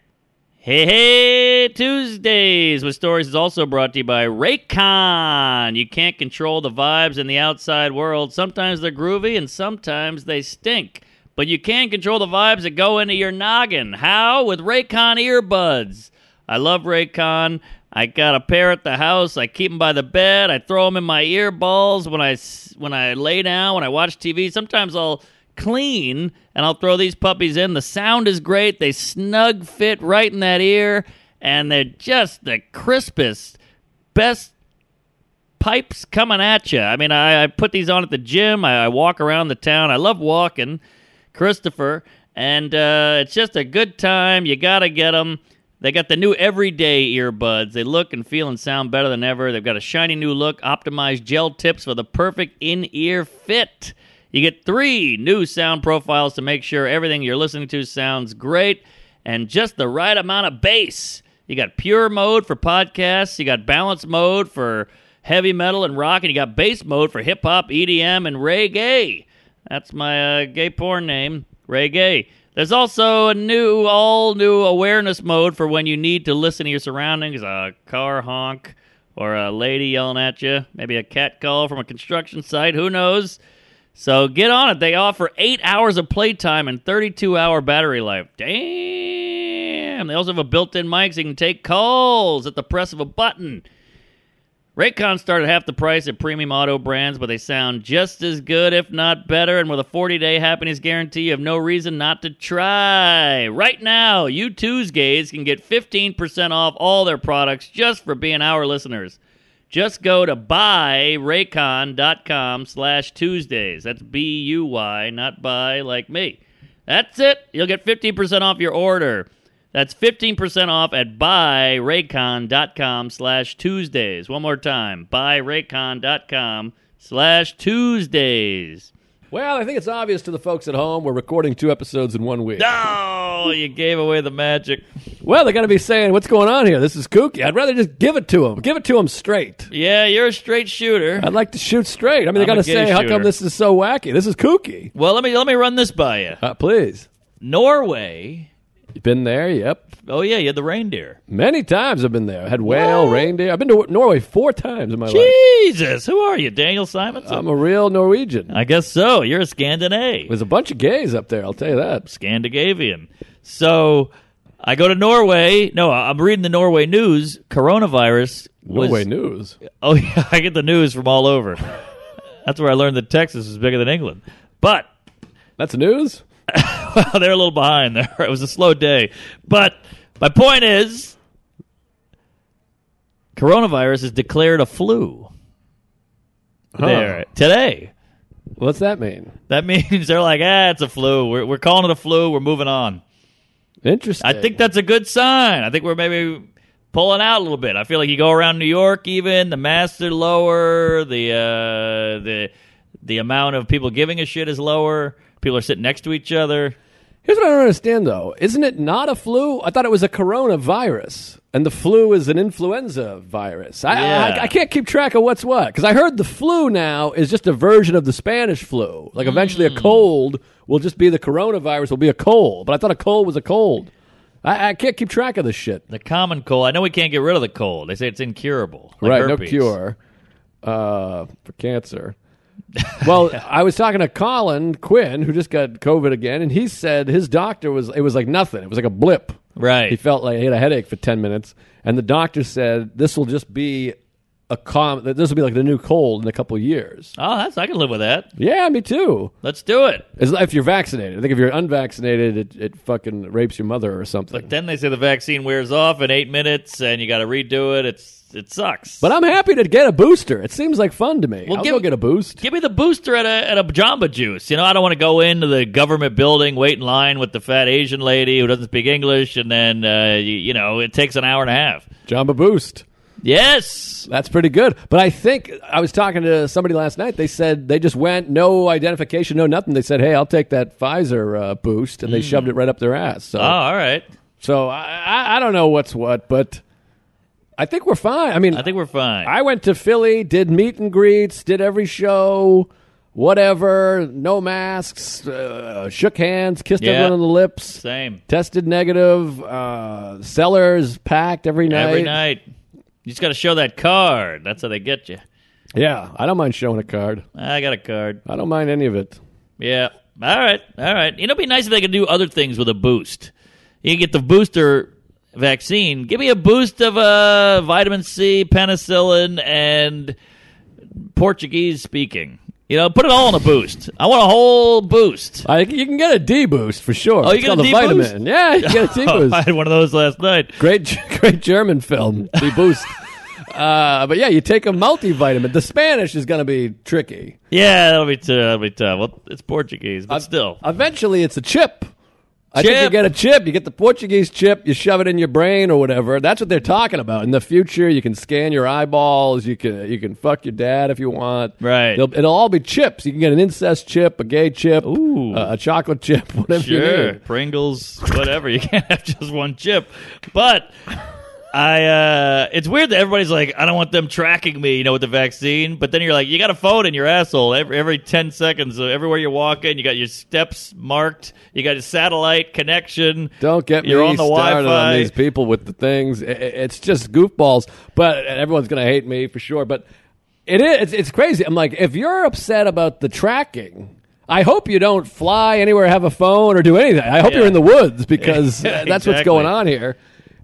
S1: Hey, hey, Tuesdays with Stories is also brought to you by Raycon. You can't control the vibes in the outside world. Sometimes they're groovy and sometimes they stink. But you can control the vibes that go into your noggin. How? With Raycon earbuds. I love Raycon. I got a pair at the house. I keep them by the bed. I throw them in my earballs when I s- when I lay down, when I watch TV. Sometimes I'll clean and I'll throw these puppies in. The sound is great. They snug fit right in that ear and they're just the crispest, best
S4: pipes coming at you. I mean, I, I put these on at the gym. I, I walk around the town. I love walking, Christopher, and uh, it's just a good time. You gotta get them. They got the new everyday earbuds. They look and feel and sound better than ever. They've got a shiny new look, optimized gel tips for the perfect in-ear fit. You get three new sound profiles to make sure everything you're listening to sounds great and just the right amount of bass. You got pure mode for podcasts, you got balance mode for heavy metal and rock, and you got bass mode for hip hop, EDM, and reggae. That's my uh, gay porn name, reggae. There's also a new, all new awareness mode for when you need to listen to your surroundings a car honk or a lady yelling at you, maybe a cat call from a construction site, who knows? So get on it. They offer eight hours of playtime and 32 hour battery life. Damn. They also have a built in mic so you can take calls at the press of a button. Raycons start at half the price at premium auto brands, but they sound just as good, if not better. And with a 40 day happiness guarantee, you have no reason not to try. Right now, you Tuesdays can get 15% off all their products just for being our listeners. Just go to buyraycon.com slash Tuesdays. That's B U Y, not buy like me. That's it. You'll get 15% off your order. That's 15% off at buyraycon.com slash Tuesdays. One more time buyraycon.com slash Tuesdays.
S2: Well, I think it's obvious to the folks at home we're recording two episodes in one week.
S1: Oh, you gave away the magic.
S2: Well, they're going to be saying, "What's going on here? This is kooky." I'd rather just give it to them. Give it to them straight.
S1: Yeah, you're a straight shooter.
S2: I'd like to shoot straight. I mean, they
S1: I'm
S2: got
S1: a
S2: to
S1: gay
S2: say, "How
S1: shooter.
S2: come this is so wacky? This is kooky."
S1: Well, let me let me run this by you.
S2: Uh, please,
S1: Norway.
S2: you've been there. Yep,
S1: Oh yeah, you had the reindeer.
S2: many times I've been there. I had whale, reindeer. I've been to Norway four times in my life.
S1: Jesus, who are you, Daniel Simonson?
S2: I'm a real Norwegian.
S1: I guess so. You're a Scandinavian.
S2: There's a bunch of gays up there. I'll tell you that.
S1: Scandinavian. So I go to Norway. No, I- I'm reading the Norway news. Coronavirus was.
S2: Norway news.
S1: (laughs) Oh yeah, I get the news from all over. (laughs) That's where I learned that Texas is bigger than England. But (laughs)
S2: That's news.
S1: they're a little behind there. (laughs) It was a slow day. But my point is, coronavirus is declared a flu there today.
S2: What's that mean?
S1: That (laughs) means they're like, ah, it's a flu. We're, we're calling it a flu. We're moving on.
S2: Interesting.
S1: I think that's a good sign. I think we're maybe pulling out a little bit. I feel like you go around New York, even the masks are lower, the uh, the the amount of people giving a shit is lower. People are sitting next to each other.
S2: Here's what I don't understand, though. Isn't it not a flu? I thought it was a coronavirus, and the flu is an influenza virus. I,
S1: Yeah.
S2: I, I can't keep track of what's what because I heard the flu now is just a version of the Spanish flu. Like eventually,
S1: Hmm.
S2: a cold will just be the coronavirus will be a cold. But I thought a cold was a cold. I, I can't keep track of this shit.
S1: The common cold. I know we can't get rid of the cold. They say it's incurable. like
S2: right, no
S1: herpes.
S2: cure uh, for cancer.
S1: (laughs)
S2: well, I was talking to Colin Quinn, who just got COVID again, and he said his doctor was it was like nothing. It was like a blip.
S1: Right.
S2: He felt like he had a headache for ten minutes, and the doctor said this will just be a com. that This will be like the new cold in a couple years.
S1: Oh, that's I can live with that.
S2: Yeah, me too.
S1: Let's do it.
S2: As, if you're vaccinated, I think if you're unvaccinated, it, it fucking rapes your mother or something.
S1: Then they say the vaccine wears off in eight minutes, and you got to redo it. It's it sucks.
S2: But I'm happy to get a booster. It seems like fun to me.
S1: Well,
S2: I'll
S1: give-
S2: go get a boost.
S1: Give me the booster at a at a Jamba Juice. You know, I don't want to go into the government building, wait in line with the fat Asian lady who doesn't speak English, and then uh, you, you know it takes an hour and a half.
S2: Jamba boost.
S1: Yes,
S2: That's pretty good. But I think I was talking to somebody last night. They said they just went, no identification, no nothing. They said, hey, I'll take that Pfizer uh, boost,
S1: Hmm.
S2: and they shoved it right up their ass. So,
S1: oh, all right.
S2: so I, I, I don't know what's what, but I think we're fine. I mean,
S1: I think we're fine.
S2: I went to Philly, did meet and greets, did every show, whatever, no masks, uh, shook hands, kissed
S1: Yeah.
S2: everyone on the lips,
S1: Same
S2: tested negative, uh, cellars packed every night.
S1: every night. You just got to show that card. That's how they get you.
S2: Yeah, I don't mind showing a card.
S1: I got a card.
S2: I don't mind any of it.
S1: Yeah. All right. All right. You know, it'd be nice if they could do other things with a boost. You can get the booster vaccine. Give me a boost of uh, vitamin C, penicillin, and Portuguese speaking. You know, put it all in a boost. I want a whole boost.
S2: I, you can get a D boost for sure.
S1: Oh, you
S2: It's
S1: get a
S2: called
S1: D
S2: vitamin.
S1: boost? (laughs)
S2: Yeah, you get a D
S1: I
S2: boost. (laughs)
S1: had one of those last night.
S2: great, great German film. D boost. Uh, but yeah, you take a multivitamin. The Spanish is going to be tricky.
S1: Yeah, that'll be tough. That'll be tough. Well, it's Portuguese, but still.
S2: Eventually, it's a chip. I think you
S1: Chip.
S2: get a chip. You get the Portuguese chip. You shove it in your brain or whatever. That's what they're talking about. In the future, you can scan your eyeballs. You can you can fuck your dad if you want.
S1: Right.
S2: They'll- it'll all be chips. You can get an incest chip, a gay chip,
S1: Ooh.
S2: A, a chocolate chip, (laughs) whatever you
S1: Sure,
S2: need.
S1: Pringles, whatever. (laughs) You can't have just one chip. But I, uh, it's weird that everybody's like, I don't want them tracking me, you know, with the vaccine. But then you're like, you got a phone in your asshole every, every ten seconds, so everywhere you're walking. You got your steps marked. You got a satellite connection.
S2: Don't get me
S1: You're on the
S2: started
S1: Wi-Fi.
S2: on these people with the things. I- I- It's just goofballs, but and everyone's going to hate me for sure. But it is. It's, it's crazy. I'm like, if you're upset about the tracking. I hope you don't fly anywhere, have a phone, or do anything. I hope
S1: Yeah.
S2: you're in the
S1: (laughs)
S2: woods because that's what's
S1: Exactly.
S2: going on here.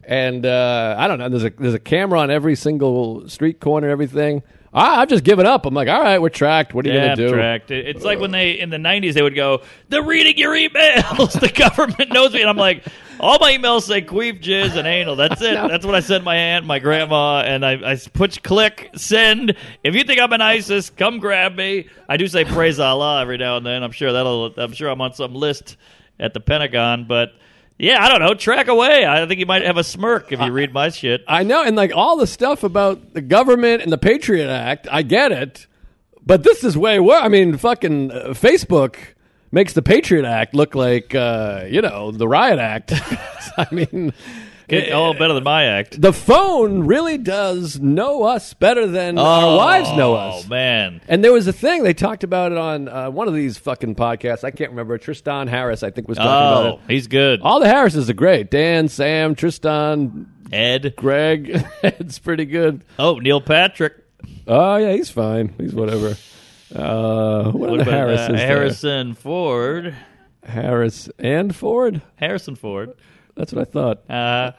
S2: And uh, I don't know. There's a there's a camera on every single street corner, and everything. I, I've just given up. I'm like, all right, we're tracked. What are you
S1: Yeah,
S2: going to do?
S1: tracked. It- It's like when they in the '90s they would go, "They're reading your emails. (laughs) the government knows me." And I'm like, all my emails say queef, jizz, and anal. That's
S2: (laughs)
S1: it. That's what I sent my aunt, my grandma, and I, I s- put click send. If you think I'm an ISIS, come grab me. I do say praise Allah every now and then. I'm sure that'll. I'm sure I'm on some list at the Pentagon, but. Yeah, I don't know. Track away. I think you might have a smirk if you read my shit.
S2: I know, and like all the stuff about the government and the Patriot Act, I get it, but this is way worse. I mean, fucking uh, Facebook makes the Patriot Act look like uh, you know the Riot Act. (laughs) I mean,
S1: Get- oh, better than my act.
S2: the phone really does know us better than our wives know us.
S1: Oh man.
S2: And there was a thing they talked about it on uh, one of these fucking podcasts. I can't remember. Tristan Harris, I think, was talking about
S1: Oh,
S2: it.
S1: he's good.
S2: All the Harrises are great. Dan, Sam, Tristan,
S1: Ed.
S2: Greg. (laughs) it's pretty good.
S1: Oh, Neil
S2: (laughs)
S1: Patrick.
S2: Oh yeah, he's fine. He's whatever. Uh, what,
S1: What
S2: other
S1: about, uh,
S2: Harris? is
S1: Harrison Ford.
S2: there? Harris and Ford.
S1: Harrison Ford.
S2: That's what I thought.
S1: Uh,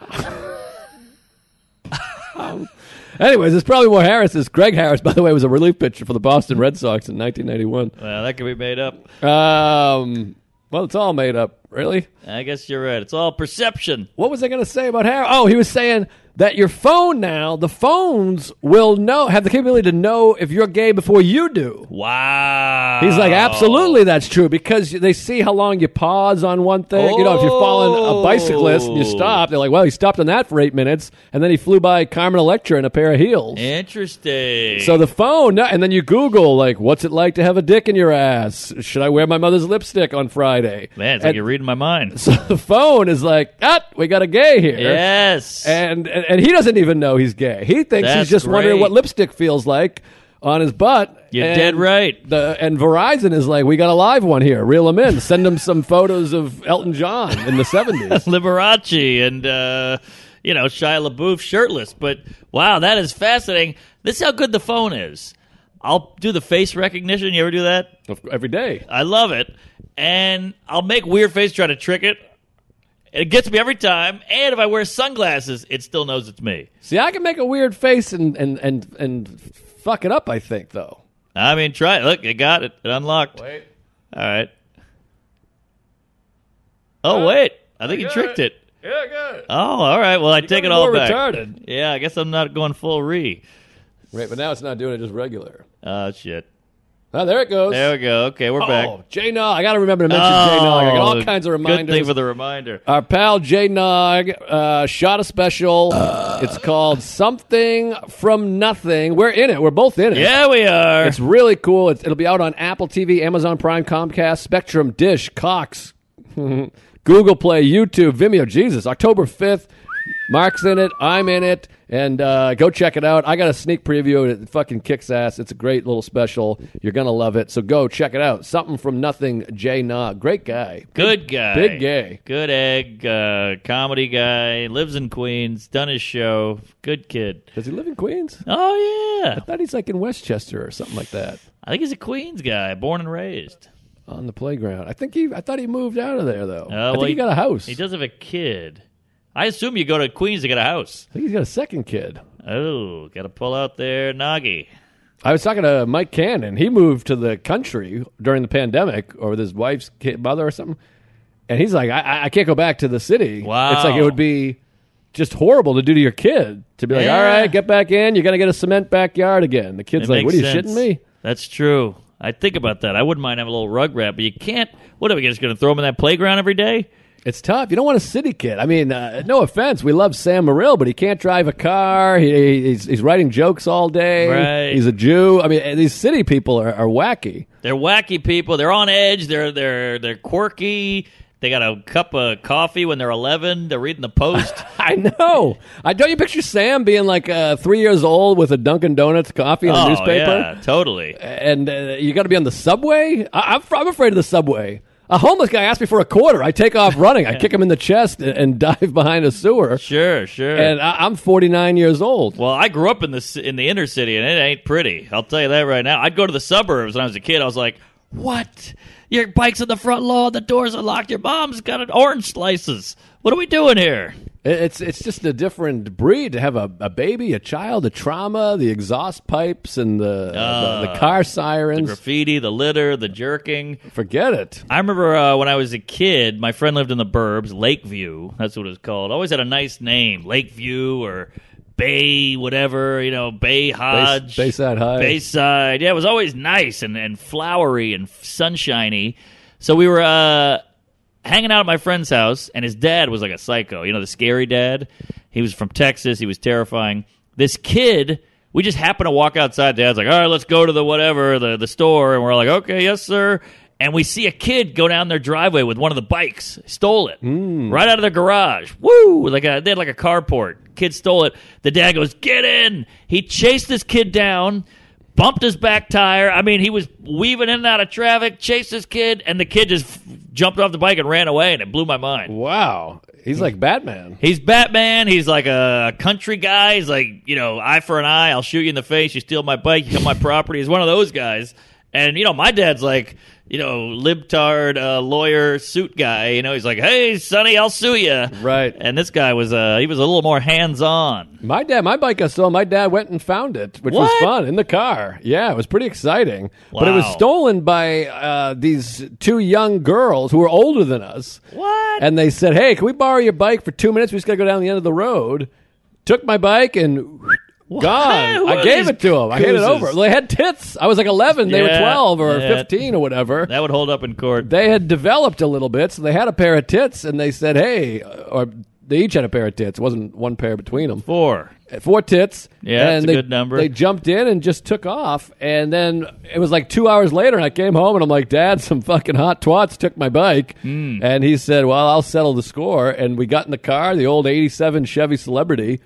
S2: Anyways, it's probably more Harris. Is Greg Harris? By the way, was a relief pitcher for the Boston Red Sox in 1991.
S1: well, that could be made up.
S2: Um, well, it's all made up, really.
S1: I guess you're right. It's all perception.
S2: What was I going to say about Harris? Oh, he was saying that your phone now, the phones will know, have the capability to know if you're gay before you do.
S1: Wow.
S2: He's like, absolutely, that's true because they see how long you pause on one thing. You know, if you're following a bicyclist and you
S1: Oh.
S2: stop, they're like, well, he stopped on that for eight minutes, and then he flew by Carmen Electra in a pair of heels.
S1: Interesting.
S2: So the phone, and then you Google like, what's it like to have a dick in your ass? Should I wear my mother's lipstick on Friday?
S1: man, it's like
S2: and
S1: you're reading my mind.
S2: (laughs) so the phone is like, ah, we got a gay here.
S1: Yes.
S2: And, and and he doesn't even know he's gay. He thinks
S1: That's
S2: he's just wondering
S1: great.
S2: what lipstick feels like on his butt.
S1: you're
S2: And-
S1: dead right.
S2: the and Verizon is like, we got a live one here. Reel him in. Send him some photos of Elton John in the
S1: (laughs)
S2: seventies. (laughs)
S1: Liberace and uh, you know Shia LaBeouf shirtless. But wow, that is fascinating. This is how good the phone is. I'll do the face recognition. You ever do that?
S2: Every day.
S1: I love it. And I'll make weird face try to trick it. It gets me every time. And if I wear sunglasses, it still knows it's me.
S2: See, I can make a weird face and and and and fuck it up. I think though.
S1: I mean, try it. Look, it got it. It unlocked. Wait. All right. Oh, wait. I think you tricked it. Yeah, good. Oh, all right. Well, I take it all
S2: more
S1: back.
S2: retarded.
S1: Yeah, I guess I'm not going full re.
S2: Right, but now it's not doing it just regular.
S1: Oh, shit.
S2: Oh, there it goes.
S1: There we go. Okay, we're back. Oh,
S2: Oh, J Nog. I got to remember to mention J Nog. I got all kinds of reminders. Uh,
S1: Good thing for the reminder.
S2: Our pal J Nog uh, shot a special. it's called Something from Nothing. We're in it. We're both in it.
S1: Yeah, we are.
S2: It's really cool. It's, it'll be out on Apple TV, Amazon Prime, Comcast, Spectrum, Dish, Cox, (laughs) Google Play, YouTube, Vimeo. Jesus, October 5th. Mark's in it. I'm in it. And uh, go check it out. I got a sneak preview. It fucking kicks ass. It's a great little special. You're going to love it. So go check it out. Something from nothing, Jay Nog. Great guy.
S1: Good guy.
S2: Big gay.
S1: Good egg. Uh, comedy guy. Lives in Queens. Done his show. Good kid.
S2: Does he live in Queens? I
S1: Oh, yeah.
S2: thought he's like in Westchester or something like that
S1: I think he's a Queens guy, born and raised.
S2: on the playground. I think he, I thought he moved out of there, though. I think
S1: well,
S2: Uh, he got a house.
S1: He does have a kid. I assume you go to Queens to get a house.
S2: I think he's got a second kid.
S1: Oh, got to pull out there, Nagi.
S2: I was talking to Mike Cannon. He moved to the country during the pandemic, or with his wife's kid, mother or something. And he's like, I- I, I can't go back to the city.
S1: Wow.
S2: It's like it would be just horrible to do to your kid. To be like,
S1: Yeah.
S2: all right, get back in. You're gonna get a cement backyard again. The kid's
S1: It
S2: like, what are
S1: makes
S2: you
S1: sense.
S2: shitting me?
S1: That's true. I think about that. I wouldn't mind having a little rug rat, but you can't. What are we just going to throw him in that playground every day?
S2: It's tough. You don't want a city kid. I mean, uh, no offense. We love Sam Morril, but he can't drive a car. He, he's, he's writing jokes all day.
S1: Right.
S2: He's a Jew. I mean, uh, these city people are,
S1: (laughs)
S2: are wacky.
S1: They're wacky people. They're on edge. They're they're they're quirky. They got a cup of coffee when they're eleven. They're reading the Post.
S2: (laughs) I know. I don't you picture Sam being like uh, three years old with a Dunkin' Donuts coffee and
S1: oh
S2: a newspaper,
S1: yeah, totally.
S2: and uh, you got to be on the subway. I, I'm, fr- I'm afraid of the subway. A homeless guy asked me for a quarter. I take off running. I
S1: (laughs)
S2: kick him in the chest and, and (laughs) dive behind a sewer.
S1: Sure, sure.
S2: And I, I'm 49 years old.
S1: well, I grew up in the ci- in the inner city, and it ain't pretty. I'll tell you that right now. I'd go to the suburbs when I was a kid. I was like, "What? Your bike's in the front lawn. The doors are locked. Your mom's got an orange slices. What are we doing here?"
S2: It- It's it's just a different breed to have a, a baby, a child, the trauma, the exhaust pipes, and the the, the car sirens.
S1: Graffiti, Ah. the litter, the jerking.
S2: Forget it.
S1: I remember uh, when I was a kid, my friend lived in the burbs, Lakeview. That's what it was called. Always had a nice name, Lakeview or Bay, whatever you know, Bay Hodge,
S2: Bayside High.
S1: Bayside. Yeah, it was always nice and and flowery and sunshiny. So we were uh, hanging out at my friend's house, and his dad was like a psycho. You know, the scary dad. He was from Texas. He was terrifying. This kid, we just happened to walk outside. Dad's like, "All right, let's go to the whatever, the the store," and we're like, "Okay, yes, sir." And we see a kid go down their driveway with one of the bikes. Stole it right out of their garage. Woo! Like a, they had like a carport. Kid stole it. The dad goes, "Get in!" He chased this kid down bumped his back tire. I mean, he was weaving in and out of traffic, chased his kid, and the kid just f- jumped off the bike and ran away, and it blew my mind.
S2: Wow,
S1: Hmm.
S2: he's like Batman.
S1: He's Batman. He's like a country guy. He's like, you know, eye for an eye. I'll shoot you in the face. You steal my bike. You come my property. He's one of those guys. And, you know, my dad's like, you know, libtard uh, lawyer suit guy. You know, he's like, hey, Sonny, I'll sue you.
S2: Right.
S1: And this guy was, uh, he was a little more hands on.
S2: My dad, my bike I stole. My dad went and found it, which was
S1: What?
S2: fun in the car. Yeah, it was pretty exciting. But it was
S1: Wow.
S2: stolen by uh, these two young girls who were older than us.
S1: What?
S2: And they said, "Hey, can we borrow your bike for two minutes? We just got to go down the end of the road." Took my bike and
S1: (laughs)
S2: gone.
S1: Who
S2: I
S1: are
S2: gave
S1: these
S2: it to them. I handed it
S1: gooses?
S2: over. They had tits. I was like eleven. They were
S1: Yeah,
S2: twelve or
S1: yeah.
S2: fifteen or whatever.
S1: That would hold up in court.
S2: They had developed a little bit, so they had a pair of tits, and they said, "Hey," or they each had a pair of tits. It wasn't one pair between them
S1: Four.
S2: four tits.
S1: Yeah, that's
S2: and
S1: a
S2: they,
S1: good number.
S2: They jumped in and just took off, and then it was like two hours later, and I came home and I'm like, Dad, some fucking hot twats took my bike,
S1: Hmm.
S2: and he said, Well, I'll settle the score, and we got in the car, the old '87 Chevy Celebrity,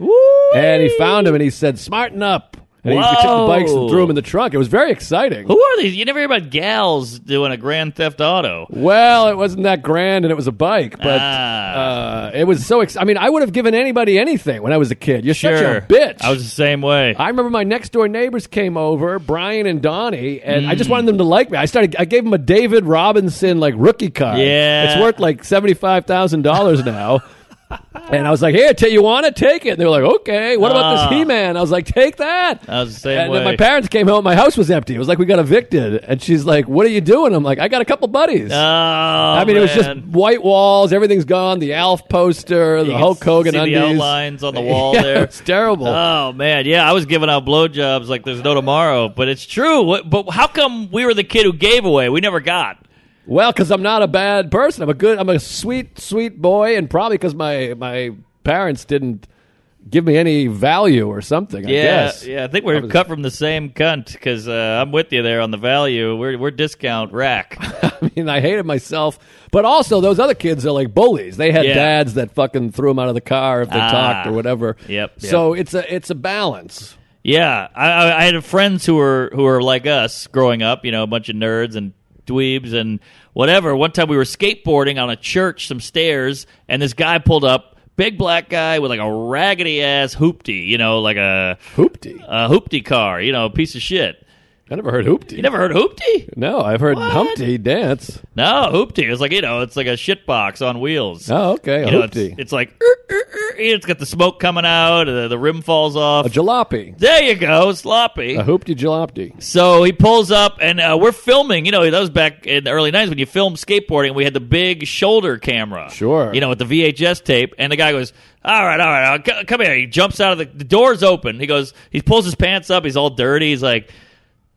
S2: and he found him, and he said, Smarten up. And he took the
S1: Whoa.
S2: bikes and threw them in the trunk. It was very exciting.
S1: Who are these? You never hear about gals doing a Grand Theft Auto.
S2: Well, it wasn't that grand, and it was a bike, but
S1: Ah.
S2: uh, it was so. Ex- I mean, I would have given anybody anything when I was a kid. You're such
S1: Sure.
S2: a bitch.
S1: I was the same way.
S2: I remember my next door neighbors came over, Brian and Donnie, and I just
S1: Mm.
S2: wanted them to like me. I started. I gave them a David Robinson like rookie card.
S1: Yeah.
S2: it's worth like seventy five thousand
S1: (laughs)
S2: dollars now. and I was like, "Here, t- you want to take it?" And they were like, "Okay." What about
S1: Ah.
S2: this He Man? I was like, "Take that."
S1: I was the same
S2: and
S1: way.
S2: then my parents came home. My house was empty. It was like we got evicted. And she's like, "What are you doing?" I'm like, "I got a couple buddies."
S1: Oh,
S2: I mean, it was just white walls. Everything's gone. The Alf poster, the
S1: can
S2: Hulk Hogan
S1: see the
S2: undies,
S1: outlines
S2: (laughs)
S1: on the wall
S2: Yeah,
S1: there.
S2: It's terrible.
S1: Oh man, yeah, I was giving out blowjobs like there's no tomorrow, but it's true. What, but how come we were the kid who gave away? We never got.
S2: Well, because I'm not a bad person. I'm a good. I'm a sweet, sweet boy, and probably because my my parents didn't give me any value or something. I
S1: yeah,
S2: guess.
S1: yeah. I think we're cut from the same cunt because uh, I'm with you there on the value. We're we're discount rack.
S2: (laughs)
S1: (laughs)
S2: I mean, I hated myself, but also those other kids are like bullies. They had
S1: Yeah.
S2: dads that fucking threw them out of the car if they
S1: Ah.
S2: talked or whatever.
S1: Yep, yep.
S2: So it's a it's a balance.
S1: Yeah, I, I I had friends who were who were like us growing up. You know, a bunch of nerds and dweebs and whatever. One time we were skateboarding on a church, some stairs, and this guy pulled up, big black guy with like a raggedy ass hoopty. You know, like a
S2: Hoopty.
S1: a hoopty car. You know, piece of shit.
S2: I never heard hoopty.
S1: You never heard hoopty?
S2: no, I've heard
S1: What?
S2: Humpty dance.
S1: No, hoopty. It's like you know, it's like a shit box on wheels.
S2: Oh, okay, a
S1: You know,
S2: hoopty.
S1: It's, it's like "Er, er, er," It's got the smoke coming out. Uh, the rim falls off.
S2: A Uh-huh. jalopy.
S1: there you go, sloppy.
S2: A
S1: (laughs)
S2: hoopty jalopy.
S1: So he pulls up, and uh, we're filming. You know, that was back in the early '90s when you filmed skateboarding. We had the big shoulder camera,
S2: Sure.
S1: You know, with the VHS tape. And the guy goes, "All right, all right, I'll c- come here." He jumps out of the, the door's open. He goes, he pulls his pants up. He's all dirty. He's like,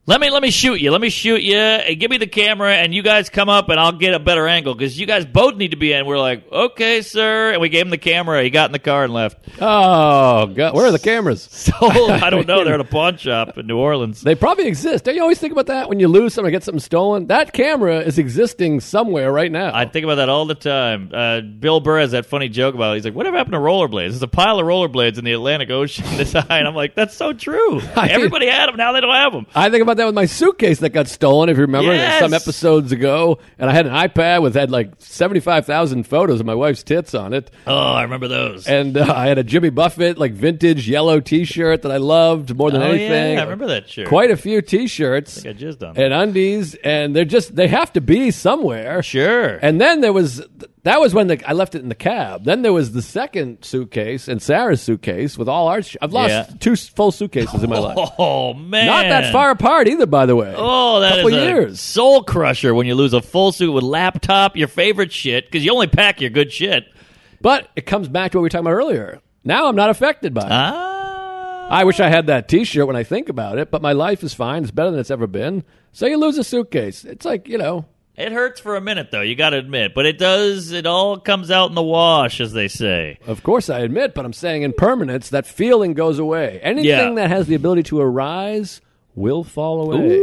S1: "Let me, let me shoot you. Let me shoot you. And give me the camera, and you guys come up, and I'll get a better angle because you guys both need to be in." We're like, "Okay, sir." And we gave him the camera. He got in the car and left. (laughs)
S2: Oh, God. Where are the cameras?
S1: So I don't know. They're at a pawn shop in New Orleans.
S2: They probably exist. Don't you always think about that when you lose something or get something stolen? That camera is existing somewhere right now.
S1: I think about that all the time. Uh, Bill Burr has that funny joke about it. He's like, "Whatever happened to rollerblades? There's a pile of rollerblades in the Atlantic Ocean (laughs) this high." And I'm like, "That's so
S2: (laughs)
S1: true. Everybody had them. Now they don't have them."
S2: I think about that with my suitcase that got stolen, if you remember
S1: Yes.
S2: some episodes ago. And I had an iPad with had like seventy five thousand photos of my wife's tits on it,
S1: Oh, I remember those.
S2: and uh, I had a Jimmy Buffett like vintage yellow T shirt that I loved more than
S1: oh,
S2: anything.
S1: yeah, I remember that shirt.
S2: Quite a few T shirts
S1: I jizzed on. it.
S2: and undies, and they're just they have to be somewhere.
S1: Sure.
S2: And then there was that was when the, I left it in the cab. Then there was the second suitcase and Sarah's suitcase with all our. Sh- I've lost
S1: Yeah.
S2: two s- full suitcases in my life.
S1: oh man,
S2: Not that far apart either, by the way.
S1: Oh, that is
S2: Couple
S1: a
S2: years.
S1: soul crusher when you lose a full suit with laptop, your favorite shit, because you only pack your good shit.
S2: But it comes back to what we were talking about earlier. Now I'm not affected by it.
S1: Ah,
S2: I wish I had that T-shirt when I think about it, but my life is fine. It's better than it's ever been. So you lose a suitcase. It's like you know.
S1: It hurts for a minute, though. You got to admit, but it does. It all comes out in the wash, as they say.
S2: Of course, I admit, but I'm saying in permanence, that feeling goes away. Anything
S1: Yeah.
S2: that has the ability to arise will fall away.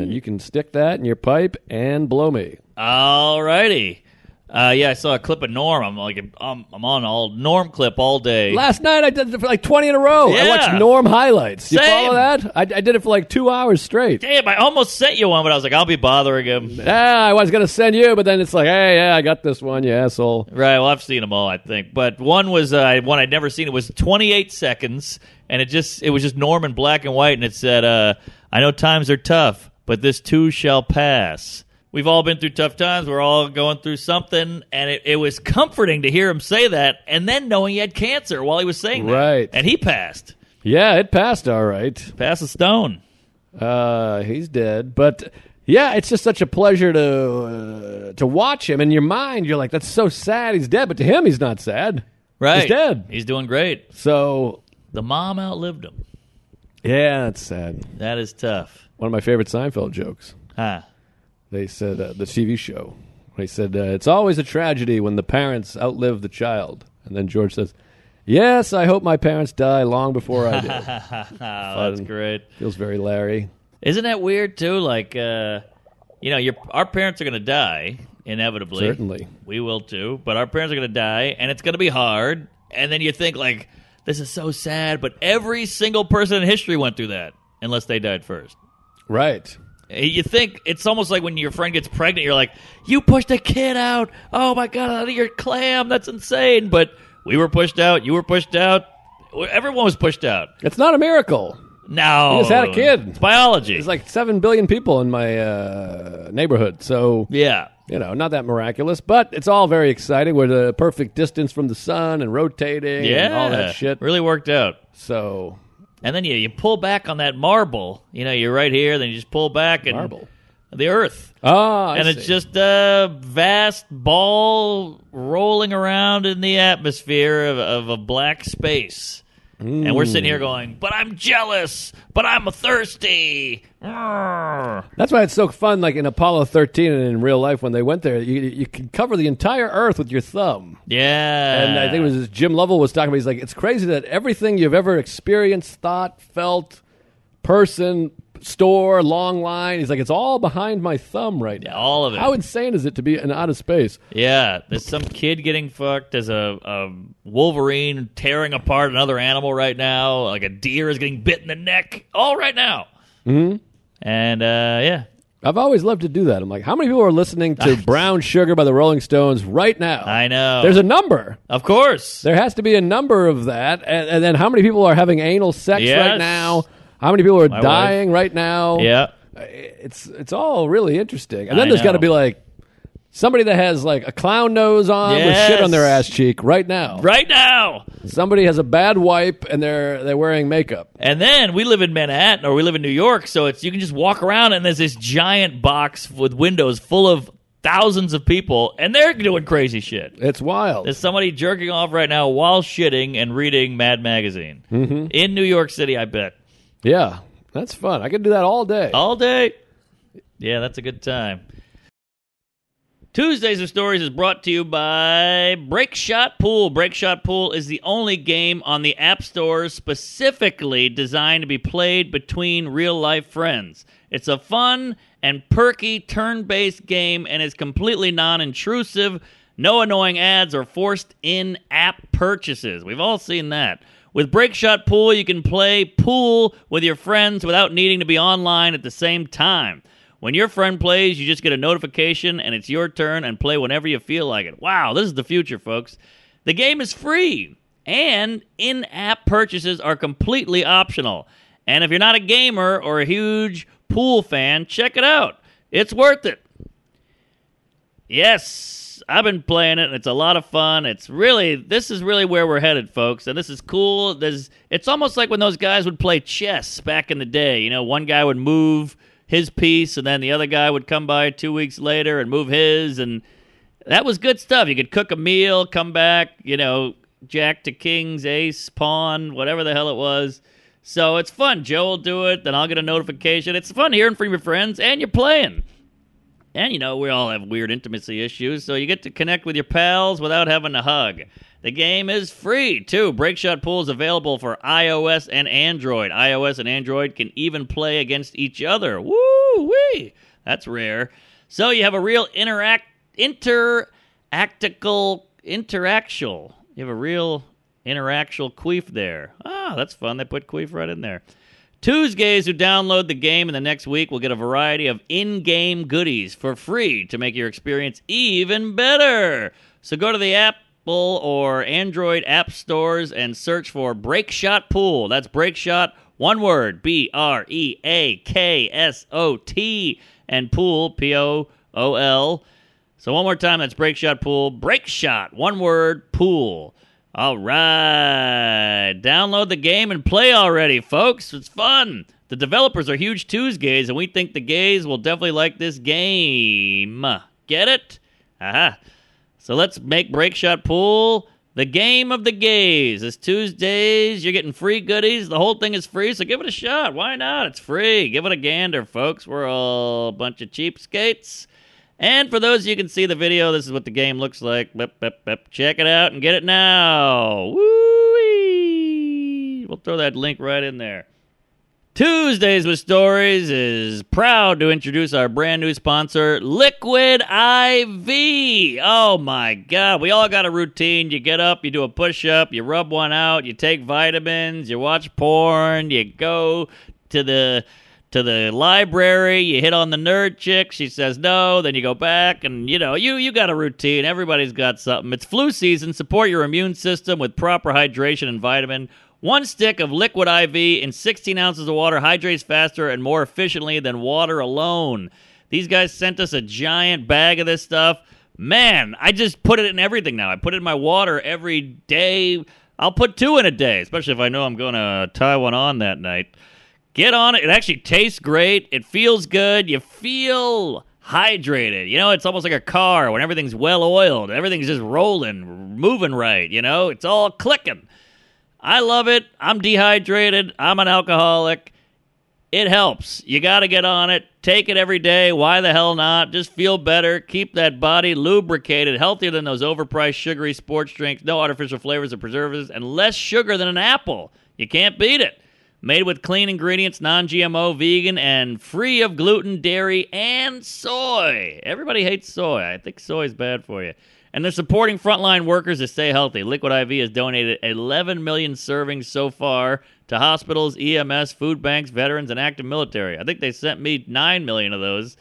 S2: And you can stick that in your pipe and blow me.
S1: All righty. Uh, yeah, I saw a clip of Norm. I'm like, I'm, I'm on all Norm clip all day.
S2: Last night I did it for like 20 in a row. I
S1: Yeah.
S2: watched Norm highlights. You
S1: Same.
S2: follow that? I, I did it for like two hours straight.
S1: Damn, I almost sent you one, but I was like, I'll be bothering him.
S2: Ah, I was going to send you, but then it's like, hey, yeah, I got this one, you asshole.
S1: Right. Well, I've seen them all, I think. But one was uh, one I'd never seen. It was 28 seconds, and it just it was just Norman black and white, and it said, uh, "I know times are tough, but this too shall pass." We've all been through tough times. We're all going through something, and it, it was comforting to hear him say that, and then knowing he had cancer while he was saying that.
S2: Right.
S1: And he passed.
S2: Yeah, it passed all right.
S1: Passed the stone.
S2: Uh, he's dead, but yeah, it's just such a pleasure to uh, to watch him. In your mind, you're like, that's so sad. He's dead, but to him, he's not sad.
S1: Right.
S2: He's dead.
S1: He's doing great.
S2: So
S1: The mom outlived him.
S2: yeah, it's sad.
S1: That is tough.
S2: One of my favorite Seinfeld jokes.
S1: Huh.
S2: They said uh, the TV show. They said uh, it's always a tragedy when the parents outlive the child, and then George says, "Yes, I hope my parents die long before I do."
S1: Oh, that's great.
S2: Feels very Larry.
S1: Isn't that weird too? Like, uh, you know, your our parents are going to die inevitably.
S2: Certainly.
S1: we will too. But our parents are going to die, and it's going to be hard. And then you think like, this is so sad. But every single person in history went through that, unless they died first.
S2: Right.
S1: Eh, You think it's almost like when your friend gets pregnant, you're like, you pushed a kid out. Oh my god, out of your clam. That's insane. But we were pushed out. You were pushed out. Everyone was pushed out.
S2: It's not a miracle.
S1: No,
S2: You just had a kid.
S1: It's biology.
S2: There's like seven billion people in my uh, neighborhood, so
S1: yeah.
S2: you know, not that miraculous, but it's all very exciting. We're the perfect distance from the sun and rotating
S1: yeah,
S2: and all that shit.
S1: Really worked out.
S2: So
S1: And then you you pull back on that marble. You know, you're right here. Then you just pull back and
S2: marble.
S1: the Earth,
S2: Ah, I
S1: and
S2: see.
S1: it's just a vast ball rolling around in the atmosphere of, of a black space. And we're sitting here going, but I'm jealous, but I'm thirsty. Arrgh.
S2: that's why it's so fun. Like in Apollo 13 and in real life, when they went there, you you could cover the entire Earth with your thumb.
S1: Yeah.
S2: And I think it was Jim Lovell was talking about. He's like, it's crazy that everything you've ever experienced, thought, felt, person, store, long line. He's like, it's all behind my thumb right now.
S1: all of it.
S2: How insane is it to be in outer space?
S1: Yeah, there's some kid getting fucked. There's a, a Wolverine tearing apart another animal right now. Like a deer is getting bit in the neck. All right now.
S2: Hmm?
S1: Mm-hmm. And uh, yeah,
S2: I've always loved to do that. I'm like, how many people are listening to Brown Sugar by the Rolling Stones right now?
S1: I know.
S2: There's a number.
S1: of course.
S2: There has to be a number of that. And, and then how many people are having anal sex right
S1: Yes.
S2: now? How many people are
S1: wife.
S2: dying right now?
S1: yeah.
S2: It's it's all really interesting. And then
S1: I
S2: there's got to
S1: know.
S2: be like Somebody that has like a clown nose on
S5: Yes.
S2: with shit on their ass cheek right now.
S5: right now.
S2: Somebody has a bad wipe and they're they're wearing makeup.
S5: And then we live in Manhattan or we live in New York, so it's you can just walk around and there's this giant box with windows full of thousands of people and they're doing crazy shit.
S2: It's wild.
S5: There's somebody jerking off right now while shitting and reading Mad Magazine in New York City, I bet.
S2: yeah. That's fun. I could do that all
S1: Oh.
S2: day.
S5: All day. Yeah, that's a good time.
S1: Tuesdays of Stories is brought to you by Break Shot Pool. Break Shot Pool is the only game on the app stores specifically designed to be played between real life friends. It's a fun and perky turn based game and is completely non intrusive. No annoying ads or forced in app purchases. We've all seen that. With Break Shot Pool, you can play pool with your friends without needing to be online at the same time. When your friend plays, you just get a notification and it's your turn and play whenever you feel like it. Wow, this is the future, folks. The game is free and in app purchases are completely optional. And if you're not a gamer or a huge pool fan, check it out. It's worth it. Yes, I've been playing it and it's a lot of fun. It's really this is really where we're headed, folks, and this is cool. There's it's almost like when those guys would play chess back in the day. You know, one guy would move his piece and then the other guy would come by 2 weeks later and move his and that was good stuff. You could cook a meal, come back, you know, jack to kings, ace, pawn, whatever the hell it was. So it's fun. Joe will do it, then I'll get a notification. It's fun hearing from your friends and you're playing. And you know, we all have weird intimacy issues, so you get to connect with your pals without having to hug. The game is free too. Breakshot Pool is available for iOS and Android. iOS and Android can even play against each other. Woo wee! That's rare. So you have a real interact interactical interactual. You have a real interactual queef there. Ah, that's fun. They put queef right in there. Tuesdays who download the game in the next week will get a variety of in-game goodies for free to make your experience even better. So go to the Apple or Android app stores and search for Breakshot Pool. That's Breakshot, one word, B R E A K S O T and Pool P O O L. So one more time, that's break shot pool. Break shot, one word, pool. All right, download the game and play already, folks. It's fun. The developers are huge Tuesdays, and we think the gays will definitely like this game. Get it? Aha. So let's make break shot pool the game of the gays. It's Tuesdays. You're getting free goodies. The whole thing is free, so give it a shot. Why not? It's free. Give it a gander, folks. We're all a bunch of cheapskates. And for those of you who can see the video, this is what the game looks like. Bep, bep, bep. Check it out and get it now. Woo! We'll throw that link right in there. Tuesdays with Stories is proud to introduce our brand new sponsor, Liquid IV. Oh my God, we all got a routine. You get up, you do a push up, you rub one out, you take vitamins, you watch porn, you go to the to the library, you hit on the nerd chick, she says no, then you go back and you know, you you got a routine. Everybody's got something. It's flu season, support your immune system with proper hydration and vitamin. One stick of liquid IV in 16 ounces of water hydrates faster and more efficiently than water alone. These guys sent us a giant bag of this stuff. Man, I just put it in everything now. I put it in my water every day. I'll put two in a day, especially if I know I'm going to tie one on that night. Get on it. It actually tastes great. It feels good. You feel hydrated. You know, it's almost like a car when everything's well oiled, everything's just rolling, moving right. You know, it's all clicking. I love it. I'm dehydrated. I'm an alcoholic. It helps. You got to get on it. Take it every day. Why the hell not? Just feel better. Keep that body lubricated, healthier than those overpriced sugary sports drinks, no artificial flavors or preservatives, and less sugar than an apple. You can't beat it. Made with clean ingredients, non GMO, vegan, and free of gluten, dairy, and soy. Everybody hates soy. I think soy is bad for you. And they're supporting frontline workers to stay healthy. Liquid IV has donated 11 million servings so far to hospitals, EMS, food banks, veterans, and active military. I think they sent me 9 million of those.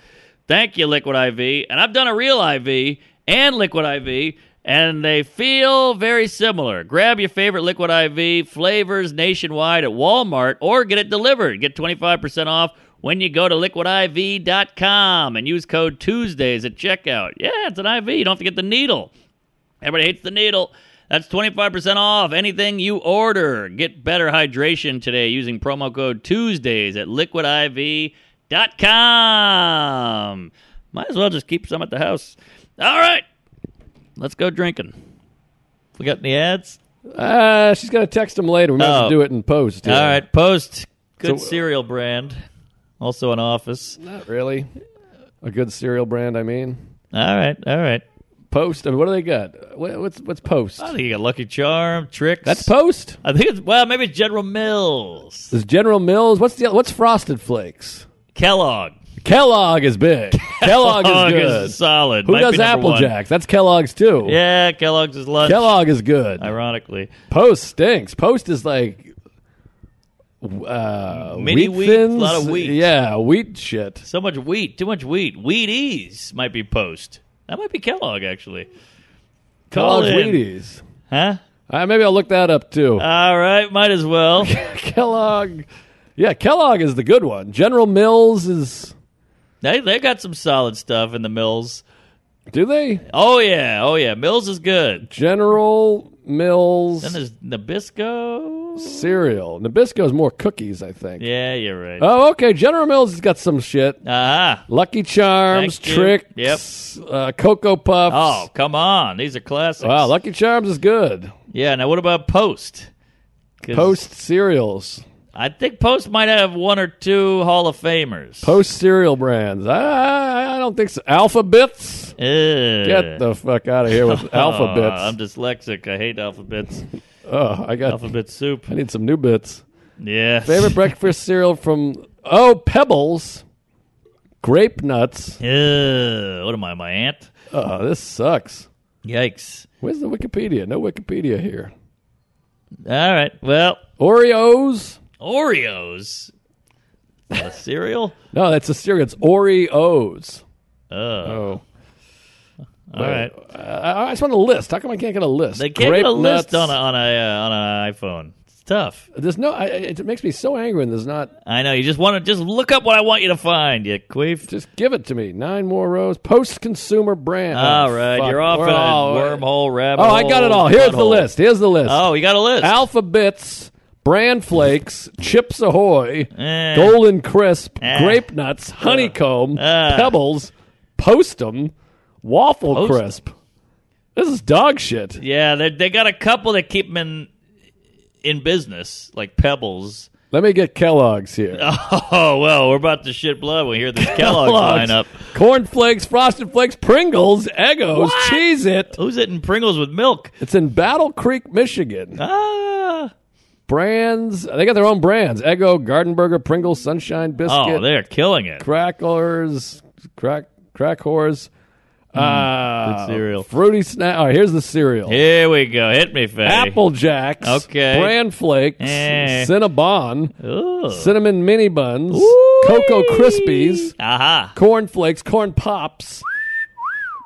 S1: Thank you, Liquid IV. And I've done a real IV and Liquid IV, and they feel very similar. Grab your favorite Liquid IV flavors nationwide at Walmart or get it delivered. Get 25% off
S4: when you go to liquidiv.com and use code Tuesdays at checkout. Yeah, it's an IV. You don't have to get the needle. Everybody hates the needle. That's 25% off anything you order. Get better hydration today using promo code Tuesdays at liquidiv.com. Might as well just keep some at the house. All right, let's go drinking.
S1: We got any ads?
S2: Uh, she's gonna text him later. We might as well
S1: Oh.
S2: do it in post. here.
S1: All right, Post. Good
S2: So-
S1: cereal brand. Also an office.
S2: Not really. A good cereal brand, I mean.
S1: All right, all right.
S2: Post. I mean, what do they got? What, what's what's Post?
S1: I think you got Lucky Charm, Tricks.
S2: That's Post.
S1: I think it's well, maybe it's General Mills,
S2: There's General Mills. What's the what's Frosted Flakes?
S1: Kellogg.
S2: Kellogg is big. Kellogg
S1: (laughs)
S2: is
S1: Kellogg
S2: good.
S1: is solid.
S2: Who
S1: Might
S2: does
S1: be number
S2: Apple
S1: one.
S2: Jacks? That's Kellogg's too.
S1: Yeah, Kellogg's is lunch.
S2: Kellogg is good.
S1: Ironically,
S2: Post stinks. Post is like uh,
S1: Mini
S2: wheat
S1: wheat,
S2: thins.
S1: lot of wheat.
S2: Yeah, wheat shit.
S1: so much wheat, too much wheat. Wheaties might be Post. That might be Kellogg actually. Call
S2: Kellogg's
S1: in.
S2: Wheaties.
S1: huh?
S2: Uh, maybe I'll look that up too.
S1: All right, might as well. (laughs)
S2: (laughs) Kellogg. Yeah, Kellogg is the good one. General Mills is.
S1: they they got some solid stuff in the Mills.
S2: Do they?
S1: Oh yeah, oh yeah. Mills is good.
S2: General Mills
S1: Then there's Nabisco.
S2: cereal. Nabisco is more cookies, I think.
S1: Yeah, you're right.
S2: Oh, okay. General Mills has got some shit.
S1: Ah,
S2: Lucky Charms,
S1: Thank you.
S2: Tricks, uh, Cocoa Puffs.
S1: oh come on, these are classics.
S2: Wow, Lucky Charms is good.
S1: Yeah, now what about Post? 'Cause
S2: Post cereals,
S1: I think Post might have one or two Hall of Famers.
S2: post cereal brands. I, I don't think so. Alphabets.
S1: Ugh.
S2: Get the fuck out of here
S1: (laughs)
S2: with
S1: Aw, Oh, I'm
S2: alphabets.
S1: dyslexic. I hate alphabets.
S2: Oh, I got.
S1: Alphabet soup.
S2: I need some new bits.
S1: Yeah.
S2: Favorite breakfast cereal from Oh Pebbles, Grape
S1: (laughs)
S2: Nuts.
S1: Ugh. What am I, my aunt?
S2: Oh, this sucks.
S1: Yikes.
S2: Where's the Wikipedia? No Wikipedia here.
S1: All right. Well,
S2: Oreos.
S1: Oreos. A cereal?
S2: (laughs) No, that's a cereal. It's Oreos.
S1: Oh.
S2: Oh,
S1: all right.
S2: I, I just want a list. How come I can't get a list?
S1: They can't
S2: Grape
S1: get a list on
S2: Nuts.
S1: a, on a uh, on an iPhone. It's tough.
S2: There's no. I, I- it makes me so angry when there's not.
S1: I know. You just want to just look up what I want you to find. You queef.
S2: Just give it to me. Nine more rows. Post-consumer brand.
S1: All
S2: Oh,
S1: right,
S2: fuck.
S1: you're off
S2: We're
S1: in a
S2: all-
S1: wormhole rabbit.
S2: Oh, I got it
S1: hole,
S2: all. Here's the
S1: butthole.
S2: list. Here's the list.
S1: Oh, you got a list.
S2: Alphabets, Brand Flakes, Chips Ahoy,
S1: Eh.
S2: Golden Crisp,
S1: Eh.
S2: Grape Nuts, Honeycomb,
S1: Eh.
S2: Pebbles, Postum, Waffle
S1: Postum.
S2: Crisp. This is dog shit.
S1: yeah, they they got a couple that keep them in in business, like Pebbles. (laughs)
S2: Let me get Kellogg's here.
S1: Oh well, we're about to shit blood when we hear
S2: (laughs)
S1: this Kellogg's
S2: Kellogg's,
S1: lineup.
S2: Corn Flakes, Frosted Flakes, Pringles, Eggos, Cheez It.
S1: Who's eating Pringles with milk?
S2: It's in Battle Creek, Michigan.
S1: Ah,
S2: brands. They got their own brands: Eggo, Garden Burger, Pringles, Sunshine
S1: oh,
S2: Biscuit,
S1: they're killing it.
S2: Crackers, Crack Crackers. Uh,
S1: good cereal.
S2: Fruity snack. All right, here's the cereal:
S1: Here we go. Hit me, Faye.
S2: Apple Jacks,
S1: Okay.
S2: Bran Flakes,
S1: Eh.
S2: Cinnabon,
S1: Ooh.
S2: Cinnamon Mini Buns, Cocoa Krispies,
S1: Aha.
S2: Corn Flakes, Corn Pops.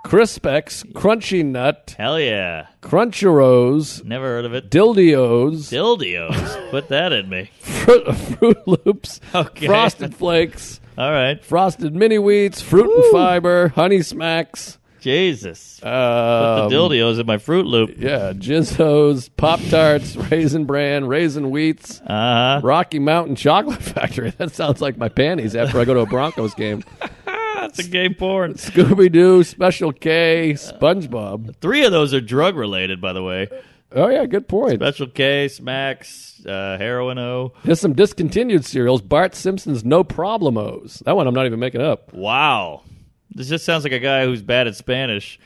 S2: Crispex, Crunchy Nut,
S1: Hell yeah.
S2: Cruncheros,
S1: Never heard of it.
S2: Dildios,
S1: Dildios. Put that in me.
S2: Fruit, (laughs) Fruit Loops,
S1: Okay.
S2: Frosted Flakes,
S1: All right.
S2: Frosted mini wheats, fruit and fiber, honey smacks,
S1: Jesus.
S2: uh,
S1: the Dildios in my Fruit Loop.
S2: yeah, jizzos, pop tarts, raisin bran, raisin wheats,
S1: Uh huh.
S2: Rocky Mountain Chocolate (laughs) Factory. That sounds like my panties after I go to a Broncos game.
S1: (laughs) That's a gay porn.
S2: Scooby Doo, Special K, SpongeBob.
S1: Three of those are drug related, by the way.
S2: Oh yeah, good point.
S1: Special K, Smacks, uh, Heroin O.
S2: There's some discontinued cereals. Bart Simpson's No Problemos. That one I'm not even making up.
S1: Wow. This just sounds like a guy who's bad at Spanish.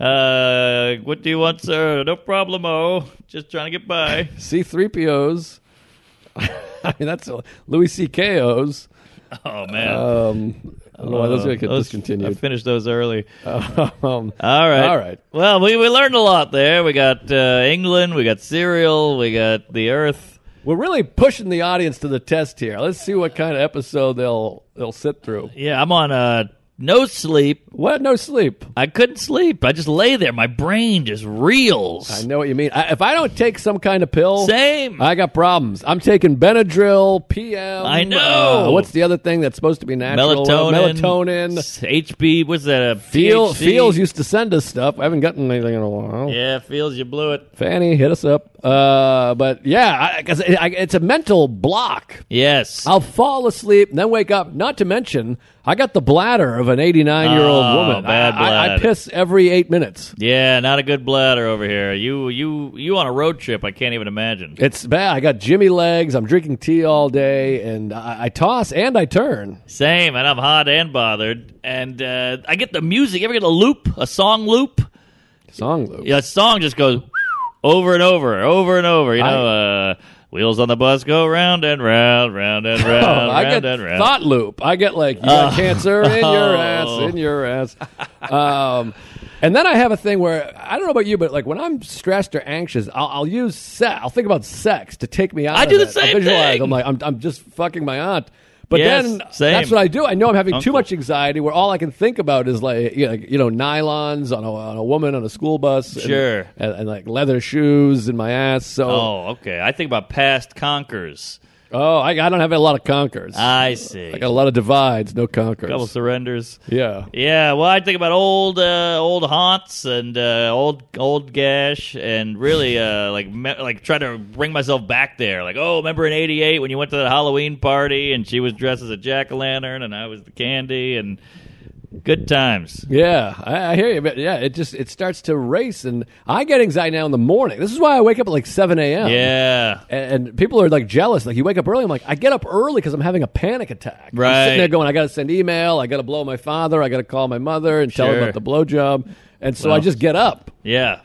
S1: Uh, what do you want, sir? No problemo. Just trying to get by.
S2: C3POs. (laughs) I mean that's a, Louis CKOs.
S1: (laughs) Oh, man.
S2: Um, I don't know why those are gonna get
S1: Uh, Those- I (laughs)
S2: discontinued.
S1: finished those early.
S2: (laughs) Um,
S1: All right.
S2: All right.
S1: Well, we, we learned a lot there. We got uh, England. We got cereal. We got the earth.
S2: We're really pushing the audience to the test here. Let's see what kind of episode they'll they'll sit through.
S1: Yeah, I'm on uh, No sleep.
S2: What? No sleep.
S1: I couldn't sleep. I just lay there. My brain just reels.
S2: I know what you mean. I, if I don't take some kind of pill,
S1: Same.
S2: I got problems. I'm taking Benadryl, PM.
S1: I know.
S2: uh, what's the other thing that's supposed to be natural? Uh,
S1: melatonin.
S2: Melatonin.
S1: s- HB. What's that? Uh, A
S2: Feel,
S1: PhD?
S2: feels used to send us stuff. I haven't gotten anything in a while.
S1: Yeah, feels you blew it.
S2: Fanny, hit us up. Uh, but yeah, I, 'cause it, I, it's a mental block.
S1: Yes.
S2: I'll fall asleep and then wake up. Not to mention, I got the bladder of an 89 year old
S1: Oh,
S2: woman.
S1: bad
S2: I- I, I
S1: bladder.
S2: piss every eight minutes.
S1: yeah, not a good bladder over here. You you you on a road trip? I can't even imagine.
S2: It's bad. I got Jimmy legs. I'm drinking tea all day, and I, I toss and I turn.
S1: Same, and I'm hot and bothered. And uh, I get the music. Ever get a loop, a song loop?
S2: Song loop.
S1: Yeah, a song just goes over and over, over and over. You know, uh, wheels on the bus go round and round, round and round,
S2: (laughs) Oh,
S1: round
S2: I get
S1: and round.
S2: thought loop. I get like you
S1: Oh.
S2: got cancer in
S1: (laughs)
S2: your ass, in your ass. Um, and then I have a thing where I don't know about you, but like when I'm stressed or anxious, I'll, I'll use sex. I'll think about sex to take me out.
S1: I
S2: of
S1: do the
S2: it.
S1: same
S2: I visualize.
S1: thing.
S2: I'm like I'm, I'm just fucking my aunt. But
S1: Yes,
S2: then
S1: same.
S2: that's what I do. I know I'm having too
S1: Uncle.
S2: much anxiety where all I can think about is like you know, like, you know nylons on a, on a woman on a school bus, and-
S1: Sure.
S2: and, and, like leather shoes in my ass. So oh,
S1: oh, okay. I think about past conquers.
S2: I, I don't have a lot of conquers.
S1: I see.
S2: I got a lot of divides, no conquers.
S1: couple surrenders.
S2: Yeah.
S1: Yeah, well, I think about old uh, old haunts and uh, old old gash, and really uh, like me- like try to bring myself back there. Like, oh, remember in '88 when you went to the Halloween party and she was dressed as a jack o' lantern and I was the candy and good times.
S2: Yeah, I, I hear you. But yeah, it just it starts to race, and I get anxiety now in the morning. This is why I wake up at like seven a.m.
S1: Yeah,
S2: and, and people are like jealous. Like you wake up early. I'm like, I get up early because I'm having a panic attack. I'm
S1: Right.
S2: sitting there going, I got to send email. I got to blow my father. I got to call my mother and tell her
S1: Sure.
S2: about the blowjob. And so I
S1: Well.
S2: just get up.
S1: yeah,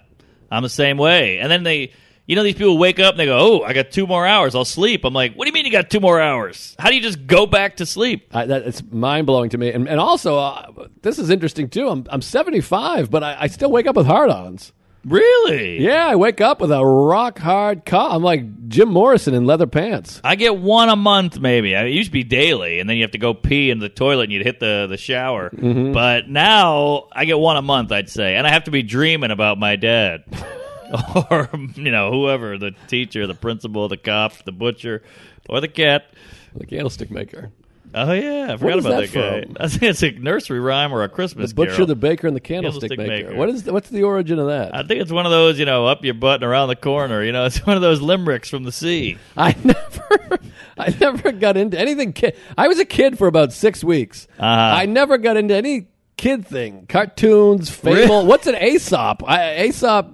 S1: I'm the same way. And then they. You know these people wake up and they go, "Oh, I got two more hours. I'll sleep." I'm like, "What do you mean you got two more hours? How do you just go back to sleep?"
S2: I, that, it's mind blowing to me. And, and also, uh, this is interesting too. I'm I'm 75, but I, I still wake up with hard-ons.
S1: Really?
S2: Yeah, I wake up with a rock hard cough. I'm like Jim Morrison in leather pants.
S1: I get one a month, maybe. I, it used to be daily, and then you have to go pee in the toilet and you'd hit the, the shower. But now I get one a month, I'd say. And I have to be dreaming about my dad or, you know, whoever the teacher, the principal, the cop, the butcher, or the cat.
S2: The candlestick maker.
S1: Oh, yeah. I forgot
S2: is
S1: about
S2: that
S1: that, guy.
S2: from?
S1: (laughs) I think it's a nursery rhyme or a Christmas
S2: The butcher,
S1: carol.
S2: the baker, and the candlestick,
S1: Candlestick
S2: maker.
S1: maker.
S2: What is the, what's the origin of that?
S1: I think it's one of those, you know, up your butt and around the corner. You know, (laughs) it's one of those limericks from the sea.
S2: (laughs) I never, (laughs) I never got into anything. Kid, I was a kid for about six weeks.
S1: Uh-huh.
S2: I never got into any kid thing. Cartoons, fable. What's an Aesop? I, Aesop,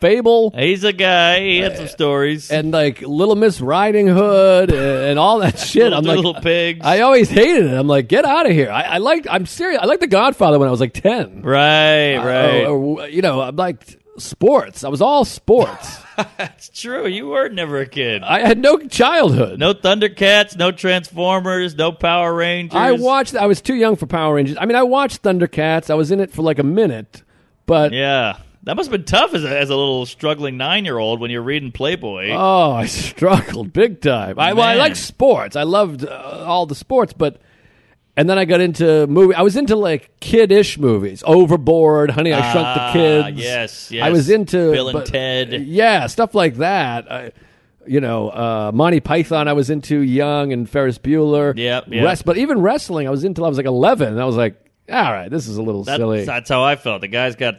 S2: fable,
S1: He's a guy. He had some stories.
S2: and like Little Miss Riding Hood and, and
S1: (laughs)
S2: all that shit. I'm like,
S1: little pigs.
S2: I always hated it. I'm like, get out of here. I, I like. I'm serious. I liked The Godfather when I was like ten.
S1: right,
S2: oh,
S1: right.
S2: Or- or, you know, I'm like sports. I was
S1: (laughs)
S2: all sports.
S1: It's true. You were never a kid.
S2: I had no childhood.
S1: No Thundercats, no Transformers, no Power Rangers.
S2: I watched. I was too young for Power Rangers. I mean, I watched Thundercats. I was in it for like a minute, but
S1: Yeah. That must have been tough as a, as a little struggling nine year old when you're reading Playboy.
S2: oh, I (laughs) struggled big time. I, well, I
S1: Man.
S2: like sports. I loved uh, all the sports, but and then I got into movie. I was into like kiddish movies, Overboard, Honey, I Shrunk
S1: Ah,
S2: the Kids.
S1: yes,
S2: I was
S1: yes.
S2: into
S1: Bill and
S2: but-
S1: Ted.
S2: Yeah, stuff like that. I, you know, uh, Monty Python. I was into young and Ferris Bueller.
S1: Yep, yep.
S2: Wrest- but even wrestling, I was into. I was like eleven. And I was like, all right, this is a little
S1: That's,
S2: silly.
S1: that's how I felt. The guy's got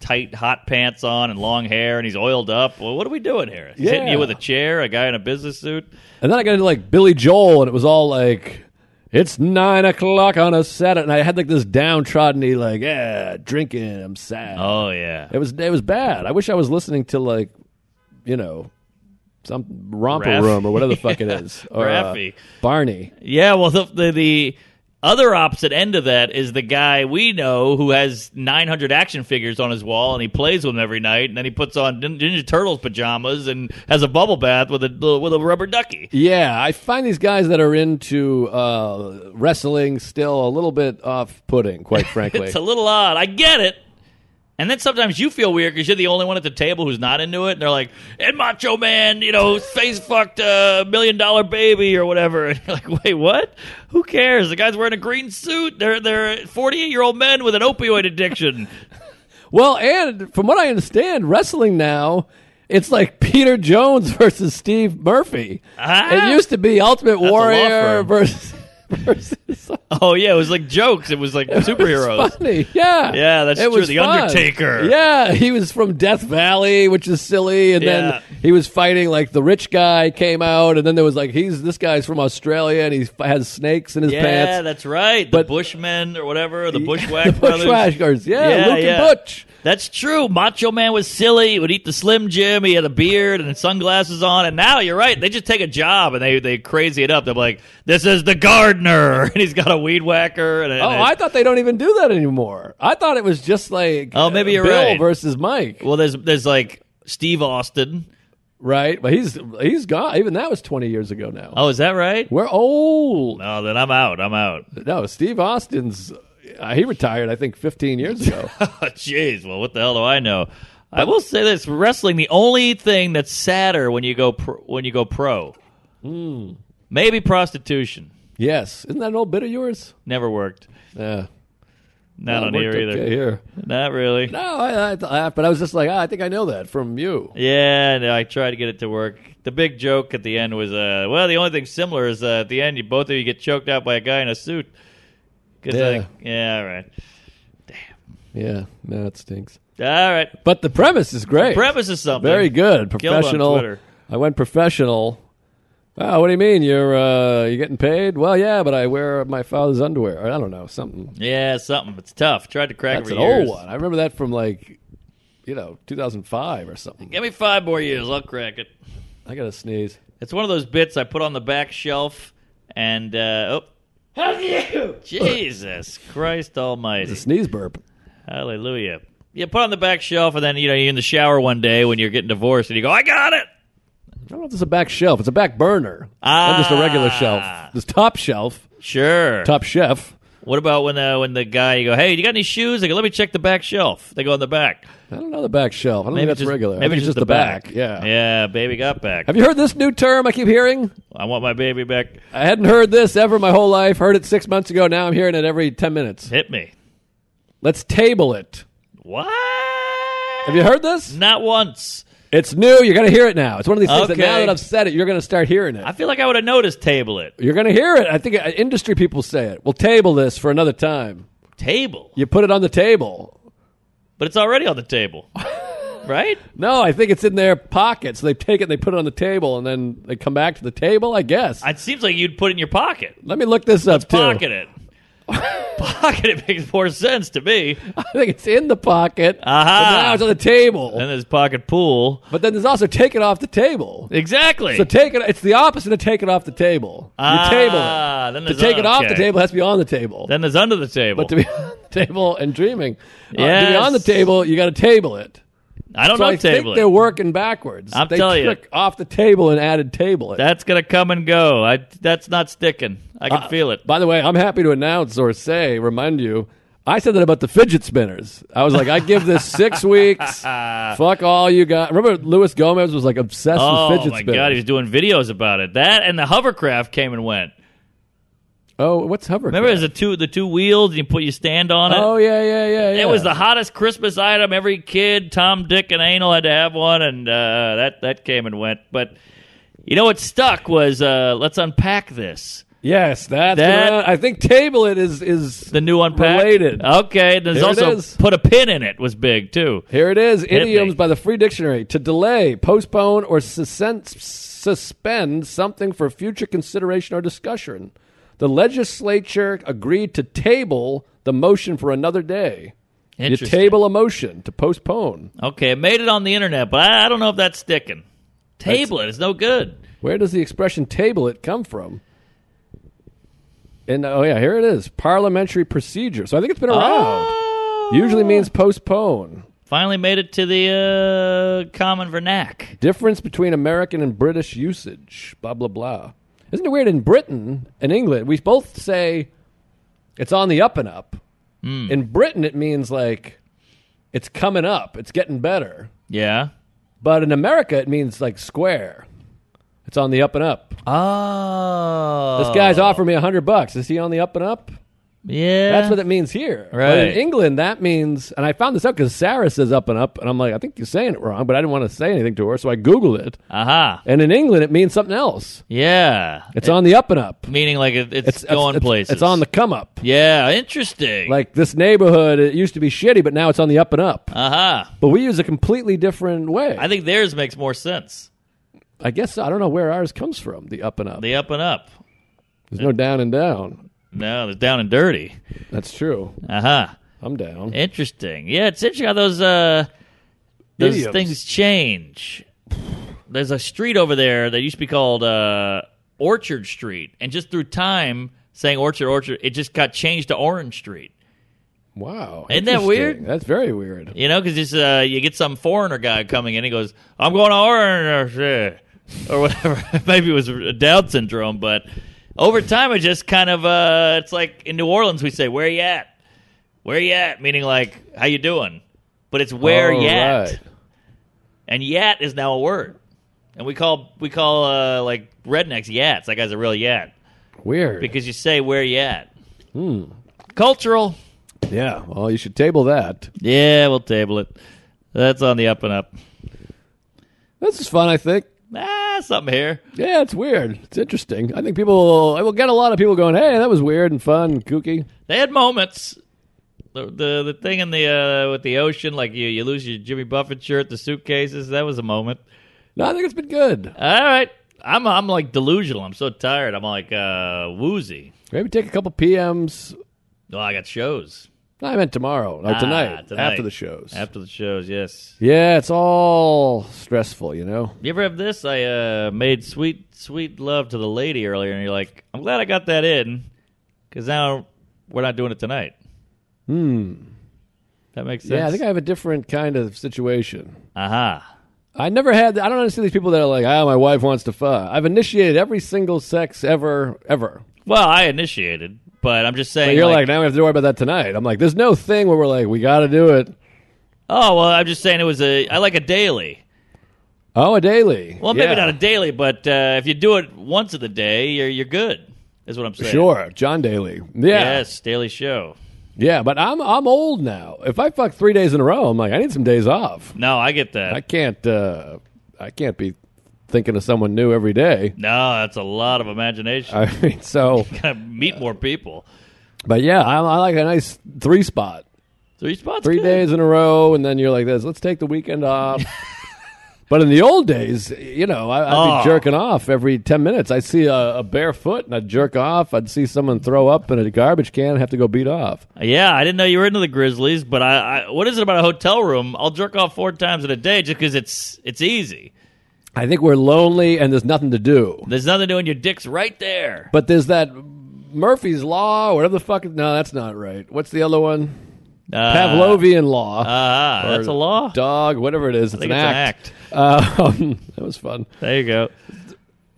S1: tight, hot pants on and long hair and he's oiled up. Well, what are we doing here? He's hitting
S2: Yeah.
S1: you with a chair, a guy in a business suit.
S2: And then I got into like Billy Joel, and it was all like, "It's nine o'clock on a Saturday," and I had like this downtrodden, like, "Yeah, drinking, I'm sad."
S1: Oh, yeah.
S2: It was it was bad. I wish I was listening to like, you know, some romper
S1: Raff-
S2: room or whatever
S1: (laughs)
S2: the fuck it is, or uh,
S1: Raffy.
S2: Barney.
S1: Yeah, well, the, the the other opposite end of that is the guy we know who has 900 action figures on his wall and he plays with them every night, and then he puts on Nin- Ninja Turtles pajamas and has a bubble bath with a with a rubber ducky.
S2: Yeah, I find these guys that are into uh,
S1: (laughs)
S2: wrestling still a little bit off-putting, quite frankly.
S1: It's a little odd. I get it. And then sometimes you feel weird because you're the only one at the table who's not into it. And they're like, and Macho Man, you know, face fucked a million dollar baby or whatever. (laughs) And you're like, wait, what? Who cares? The guy's wearing a green suit. They're, they're 48 year old men with an opioid addiction. (laughs)
S2: Well, and from what I understand, wrestling now, it's like (laughs) Peter Jones versus Steve Murphy.
S1: Ah.
S2: it used to be Ultimate
S1: law
S2: Warrior
S1: firm.
S2: versus (laughs)
S1: (laughs)
S2: versus
S1: oh, yeah. It was like jokes, it was like superheroes.
S2: funny. Yeah,
S1: Yeah, that's
S2: it
S1: true.
S2: Was
S1: The
S2: fun.
S1: Undertaker.
S2: Yeah, he was from Death Valley, which is silly, and
S1: Yeah.
S2: then he was fighting like the rich guy came out, and then there was like he's this guy's from Australia and he f- has snakes in his
S1: Yeah,
S2: pants.
S1: that's right. The
S2: But-
S1: Bushmen or whatever, the Bushwhack
S2: (laughs) the
S1: Brothers.
S2: Bushwhackers. Yeah,
S1: Yeah,
S2: Luke
S1: yeah.
S2: and Butch.
S1: That's true. Macho Man was silly. He would eat the Slim Jim. He had a beard and sunglasses on. And now you're right. They just take a job and they, they crazy it up. They're like, this is the gardener. (laughs) And he's got a weed whacker. And, and
S2: Oh,
S1: a-
S2: I thought they don't even do that anymore. I thought it was just like
S1: Oh, maybe
S2: uh,
S1: you're
S2: Bill
S1: right.
S2: versus Mike,
S1: well, there's, there's like Steve Austin.
S2: right? But he's he's gone. Even that was 20 years ago now.
S1: Oh, is that right?
S2: We're old.
S1: No, then I'm out. I'm
S2: (laughs)
S1: out.
S2: No, Steve Austin's uh, he retired I think 15
S1: (laughs)
S2: years ago.
S1: Oh, Jeez, well, what the hell do I know? I will say this: wrestling, the only thing that's sadder when you go pro, when you go pro,
S2: Hmm.
S1: maybe prostitution.
S2: yes, isn't that an old bit of yours?
S1: Never worked.
S2: Yeah.
S1: Not
S2: Well,
S1: on
S2: it
S1: here
S2: worked
S1: either.
S2: okay here.
S1: Not really.
S2: No, I, I, I, but I was just like, ah, I think I know that from you.
S1: Yeah, no, I tried to get it to work. The big joke at the end was, uh, well, the only thing similar is uh, at the end, you both of you get choked out by a guy in a suit. 'Cause,
S2: Yeah.
S1: like, yeah, all right,
S2: Yeah, no, it stinks.
S1: all right.
S2: But the premise is great.
S1: Premise is something.
S2: Very good,
S1: Killed on
S2: professional.
S1: Twitter.
S2: I went professional. Oh, what do you mean? You're uh, you getting paid? Well, yeah, but I wear my father's underwear. I don't know something.
S1: Yeah, something. It's tough. Tried to crack
S2: That's
S1: it
S2: an
S1: for years.
S2: old one. I remember that from like, you know, 2005 or something.
S1: Give me five more years. I'll crack it.
S2: I gotta sneeze.
S1: It's one of those bits I put on the back shelf and uh oh
S2: (laughs)
S1: Jesus Christ
S2: It's a
S1: almighty.
S2: sneeze burp.
S1: Hallelujah. You put on the back shelf and then you know you're in the shower one day when you're getting divorced and you go, I got it.
S2: I don't know if it's a back shelf. It's a back burner. Not just a regular
S1: Ah.
S2: shelf. This top shelf,
S1: Sure.
S2: top chef.
S1: What about when the when the guy you go, Hey, you got any shoes? They go, Let me check the back shelf. They go on the back.
S2: I don't know the back shelf. I don't think that's
S1: just-
S2: regular. I
S1: Maybe
S2: think
S1: it's just the
S2: back. Yeah.
S1: Yeah, baby got back.
S2: Have you heard this new term I keep hearing?
S1: I want my baby back.
S2: I hadn't heard this ever my whole life. Heard it six months ago. Now I'm hearing it every 10 minutes.
S1: Hit me.
S2: Let's table it.
S1: What?
S2: Have you heard this?
S1: Not once.
S2: It's new. You're going to hear it now. It's one of these things that now
S1: Okay.
S2: that I've said it, you're going to start hearing
S1: I
S2: it.
S1: feel like I would have noticed table it.
S2: You're going to hear it. I think uh, industry people say it. We'll table this for another time.
S1: Table.
S2: You put it on the table.
S1: But it's already on the
S2: (laughs)
S1: table. right?
S2: No, I think it's in their pocket. So they take it, they put it on the table, and then they come back to the table, I guess.
S1: It seems like you'd put it in your pocket.
S2: Let me look this up, too.
S1: Pocket it. pocket it makes more sense to me.
S2: (laughs) I think it's in the pocket.
S1: Aha.
S2: But now it's on the table.
S1: And there's pocket pool.
S2: But then there's also take it off the table.
S1: Exactly.
S2: So take it. It's the opposite of take it off the table.
S1: ah,
S2: you table it.
S1: Then
S2: To
S1: there's
S2: take it off the
S1: okay.
S2: table has to be on the table.
S1: Then there's under the table.
S2: but to be (laughs) on the table and dreaming, Uh, to be
S1: Yes.
S2: on the table, you got to table it.
S1: I don't
S2: So
S1: know
S2: I
S1: table
S2: think
S1: it.
S2: they're working backwards.
S1: I'm
S2: they
S1: telling you.
S2: took off the table and added table it.
S1: That's gonna come and go. I that's not sticking. I
S2: Uh,
S1: can feel it.
S2: By the way, I'm happy to announce or say, remind you, I said that about the fidget spinners. I was like, I give
S1: (laughs)
S2: this six weeks. Fuck all you guys. Remember, Luis Gomez was like obsessed
S1: Oh
S2: with fidget
S1: my
S2: spinners.
S1: god, he was doing videos about it. That and the hovercraft came and went.
S2: oh, what's hovercraft?
S1: Remember, there's the two the two wheels and you put your stand on it.
S2: Oh yeah, yeah, yeah, yeah.
S1: It was the hottest Christmas item. Every kid, Tom, Dick, and Anal had to have one, and uh, that that came and went. But you know what stuck was uh, let's unpack this.
S2: yes. That's
S1: That-
S2: around- I think table it is is
S1: The new unpack
S2: Related.
S1: Okay, there's
S2: Here it
S1: also
S2: is.
S1: put a pin in it was big too.
S2: Here it is.
S1: me.
S2: Idioms by the Free Dictionary. To delay, postpone, or susen- suspend something for future consideration or discussion. The legislature agreed to table the motion for another day. You
S1: Interesting.
S2: table a motion to postpone.
S1: Okay, it made it on the internet, but I, I don't know if that's sticking. Table it. It's no good.
S2: Where does the expression table it come from? And oh, yeah, here it is parliamentary procedure. So I think it's been
S1: Oh.
S2: around. Usually means postpone.
S1: Finally made it to the uh, common vernac.
S2: Difference between American and British usage. Blah blah blah. Isn't it weird? In Britain and England, we both
S1: Hmm.
S2: say it's on the up and up. In Britain, it means like it's coming up. It's getting better.
S1: Yeah.
S2: But in America, it means like square. It's on the up and up.
S1: Oh.
S2: This guy's offering me a hundred bucks. Is he on the up and up?
S1: Yeah.
S2: That's what it means here. But
S1: Right.
S2: in England, that means, and I found this out because Sarah says up and up, and I'm like, I think you're saying it wrong, but I didn't want to say anything to her, so I Googled it.
S1: Aha. Uh-huh.
S2: And in England, it means something else.
S1: Yeah.
S2: It's on the up and up.
S1: Meaning like it, it's,
S2: It's
S1: going
S2: it's- it's-
S1: places.
S2: It's on the come up.
S1: Yeah. Interesting.
S2: Like this neighborhood, it used to be shitty, but now it's on the up and up.
S1: Aha. Uh-huh.
S2: But we use a completely different way.
S1: I
S2: I,
S1: think theirs makes more sense.
S2: guess I don't know where ours comes from. The up and up.
S1: The up and up.
S2: There's no down and down.
S1: No, the down and dirty.
S2: That's true.
S1: Aha. Uh-huh.
S2: I'm down.
S1: Interesting. Yeah, it's interesting how those uh those
S2: Idioms.
S1: things change. There's a street over there that used to be called uh Orchard Street, and just through time saying Orchard Orchard, it just got changed to Orange Street.
S2: Wow.
S1: Isn't that
S2: Interesting.
S1: weird?
S2: That's very weird.
S1: You know, because it's uh, you get some foreigner guy coming in, he goes, "I'm going to Orange," or, or whatever. (laughs) Maybe it was Down syndrome, but over time, it just kind of uh, it's like in New Orleans we say, "Where you at? Where you at?" Meaning like, "How you doing?" But it's where
S2: All
S1: you at,
S2: right.
S1: and yat is now a word, and we call we call uh, like rednecks yats. That guy's a real yat
S2: Weird.
S1: because you say where you at. Hmm. Cultural.
S2: yeah. Well, you should table that.
S1: Yeah, we'll table it. That's on the up and up.
S2: This is fun, I think.
S1: Ah, something here.
S2: Yeah, it's weird. It's interesting. I think people, I will get a lot of people going, hey, that was weird and fun and kooky.
S1: They had moments. The the, the thing in the uh, with the ocean, like you, you lose your Jimmy Buffett shirt, the suitcases. That was a moment.
S2: No, I think it's been good.
S1: All right, I'm I'm like delusional. I'm so tired. I'm like uh, woozy.
S2: Maybe take a couple PMs.
S1: Oh, I got shows
S2: No, I meant tomorrow. No,
S1: Ah,
S2: tonight,
S1: tonight.
S2: After the shows.
S1: after the shows. Yes.
S2: yeah, it's all stressful, you know?
S1: You ever have this? I uh, made sweet sweet love to the lady earlier, and you're like, I'm glad I got that in, because now we're not doing it tonight. Hmm. That makes sense.
S2: Yeah, I think I have a different kind of situation.
S1: Aha.
S2: I never had, I don't understand these people that are like, ah, my wife wants to fuck. I've initiated every single sex ever, ever.
S1: Well, I initiated, but I'm just saying.
S2: But you're like, now we have to worry about that tonight. I'm like, there's no thing where we're like, we got to do it.
S1: Oh well, I'm just saying it was a. I like a daily.
S2: Oh, a daily.
S1: Well, maybe
S2: Yeah.
S1: not a daily, but uh, if you do it once of the day, you're you're good. Is what I'm saying.
S2: Sure, John Daly. Yeah,
S1: Yes, daily show.
S2: yeah, but I'm I'm old now. If I fuck three days in a row, I'm like, I need some days off.
S1: No, I get that.
S2: I can't uh, I can't be thinking of someone new every day. (laughs)
S1: no, that's a lot of imagination.
S2: I mean, so
S1: (laughs) Gotta meet more people.
S2: but yeah, I, I like a nice three spot,
S1: Three spots.
S2: three
S1: good.
S2: days in a row, and then you're like this. Let's take the weekend off. (laughs) But in the old days, you know, I, I'd
S1: Oh.
S2: be jerking off every ten minutes. I'd see a, a bare foot and I'd jerk off. I'd see someone throw up in a garbage can and have to go beat off.
S1: Yeah, I didn't know you were into the Grizzlies, but I, I what is it about a hotel room? I'll jerk off four times in a day just because it's it's easy.
S2: I think we're lonely and there's nothing to do.
S1: There's nothing doing. Your dick's right there.
S2: But there's that Murphy's Law, whatever the fuck. No, that's not right. What's the other one?
S1: Uh,
S2: Pavlovian Law.
S1: Ah,
S2: Or
S1: that's a law.
S2: Dog, whatever it is. It's,
S1: I think
S2: an,
S1: it's
S2: act.
S1: an act.
S2: Um, (laughs) that was fun.
S1: There you go.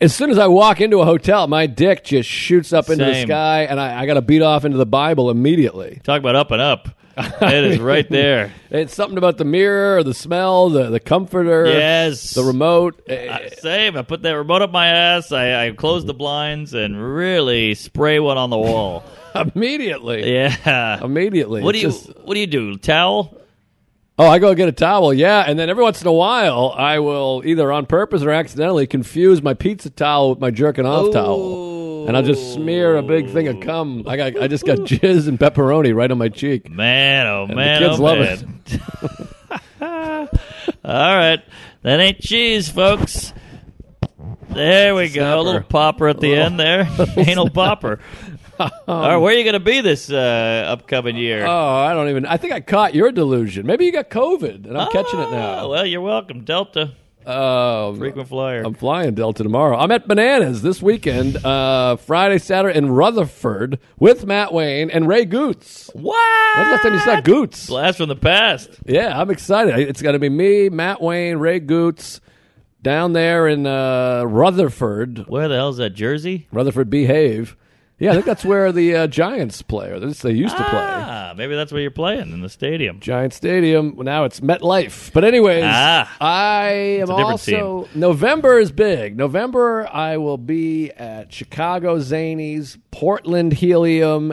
S2: As soon as I walk into a hotel, my dick just shoots up into the
S1: Same.
S2: sky, and I, I got to beat off into the Bible immediately.
S1: Talk about up and up. It is right there.
S2: It's something about the mirror, the smell, the, (laughs) the comforter,
S1: Yes.
S2: the remote. Eh, (laughs)
S1: Uh, Same. I put that remote up my ass. I, I closed the blinds and really spray one on the wall. (laughs)
S2: immediately.
S1: yeah.
S2: Immediately.
S1: What do you
S2: It's just-
S1: What do you do? Towel?
S2: Oh, I go get a towel, yeah, and then every once in a while, I will either on purpose or accidentally confuse my pizza towel with my jerking off towel, and I'll just smear a big thing of cum. I got, I just got jizz and pepperoni right on my cheek.
S1: Man, oh man,
S2: kids
S1: oh man.
S2: love
S1: (laughs) All right, that ain't cheese, folks. There we go. A little popper at the end there. (laughs) Anal
S2: (laughs)
S1: popper. All right, where are you going to be this uh, upcoming year?
S2: Oh, I don't even. I think I caught your delusion. Maybe you got COVID, and I'm catching it
S1: Ah,
S2: now.
S1: Well, you're welcome, Delta.
S2: Um,
S1: Frequent flyer.
S2: I'm flying Delta tomorrow. I'm at Bananas this weekend, uh, Friday, Saturday in Rutherford with Matt Wayne and Ray Goots.
S1: what?
S2: When's the last time you saw Goots?
S1: Blast from the past.
S2: Yeah, I'm excited. It's going to be me, Matt Wayne, Ray Goots down there in uh, Rutherford,
S1: Where the hell's that jersey?
S2: Rutherford Behave. Yeah, I think that's where the uh, Giants play, or at least they used to play.
S1: Ah, maybe that's where you're playing in the stadium.
S2: Giant Stadium. Well, Now it's MetLife. But anyways,
S1: Ah.
S2: I am
S1: a different
S2: also November is big. November I will be at Chicago Zanies, Portland Helium,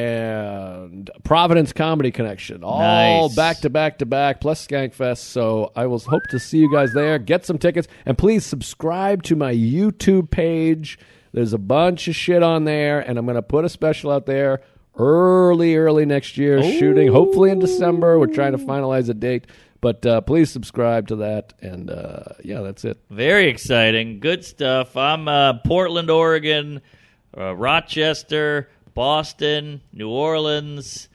S2: and Providence Comedy Connection. All
S1: Nice.
S2: back to back to back, plus Skankfest. So I will hope to see you guys there. Get some tickets and please subscribe to my YouTube page. There's a bunch of shit on there, and I'm gonna put a special out there early, early next year shooting hopefully in december we're trying to finalize a date but uh, please subscribe to that and uh, yeah that's it
S1: Very exciting. Good stuff. I'm uh, Portland, Oregon, uh, Rochester, Boston, New Orleans,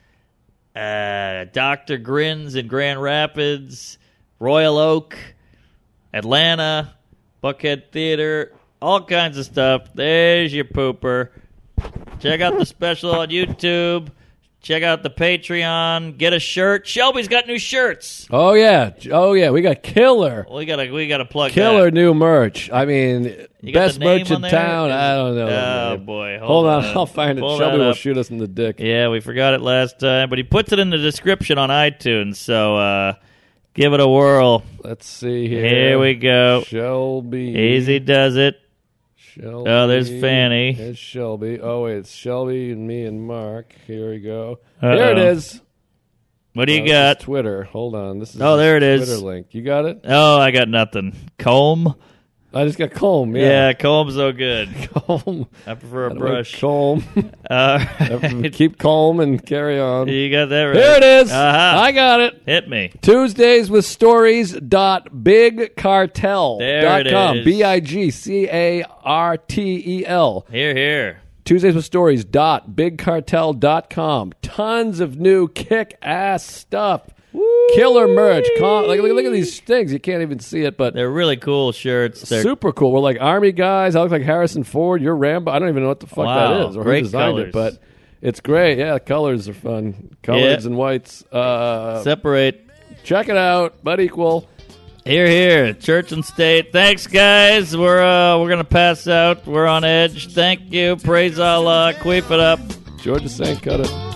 S1: uh, Dr. Grins in Grand Rapids, Royal Oak, Atlanta, Buckhead Theater, all kinds of stuff. There's your pooper. Check out the special on YouTube. Check out the Patreon. Get a shirt. Shelby's got new shirts.
S2: oh yeah oh yeah we got killer
S1: We gotta we gotta plug
S2: killer
S1: that.
S2: new merch i mean
S1: You got
S2: best
S1: the name
S2: merch
S1: on
S2: in
S1: there?
S2: town
S1: Is-
S2: i don't know
S1: Oh,
S2: man.
S1: boy.
S2: hold,
S1: Hold
S2: on
S1: on.
S2: i'll find it
S1: Pull
S2: shelby
S1: that
S2: will
S1: up.
S2: shoot us in the dick
S1: Yeah, we forgot it last time, but he puts it in the description on iTunes, so uh, give it a whirl.
S2: let's see here
S1: Here we go.
S2: shelby
S1: Easy does it.
S2: Shelby.
S1: Oh, there's Fanny.
S2: There's Shelby. Oh, wait, it's Shelby and me and Mark. Here we go.
S1: Uh-oh.
S2: There it is.
S1: What do you
S2: Oh, this is
S1: got?
S2: Twitter. Hold on. This is
S1: Oh, there it
S2: Twitter
S1: is.
S2: link. You got it?
S1: Oh, I got nothing. Comb?
S2: I just got comb.
S1: Yeah,
S2: Yeah,
S1: comb's so good.
S2: (laughs) comb.
S1: I prefer a
S2: Wait,
S1: brush. (laughs)
S2: Comb. (laughs)
S1: Uh,
S2: Keep calm and carry
S1: (laughs)
S2: on.
S1: you got that right.
S2: Here it is.
S1: Uh-huh.
S2: I got it.
S1: Hit me.
S2: Tuesdays with Stories dot big cartel
S1: There it
S2: dot com.
S1: is.
S2: B I G C A R T E L.
S1: Here, here.
S2: Tuesdays with Stories dot bigcartel.com. Tons of new kick ass stuff. Killer merch. Con- like, look, look at these things. You can't even see it, but
S1: They're really cool shirts. They're
S2: super cool. We're like army guys. I look like Harrison Ford. You're Rambo. I don't even know what the fuck
S1: Wow,
S2: that is or
S1: great
S2: who designed it,
S1: colors.
S2: but it's great. Yeah, the colors are fun. Colors
S1: Yeah.
S2: and whites. Uh,
S1: separate.
S2: check it out, but equal.
S1: Here, here, church and state. Thanks, guys. We're uh, we're gonna pass out. We're on edge. Thank you. Praise Allah. Queef it up.
S2: Georgia Sank cut it.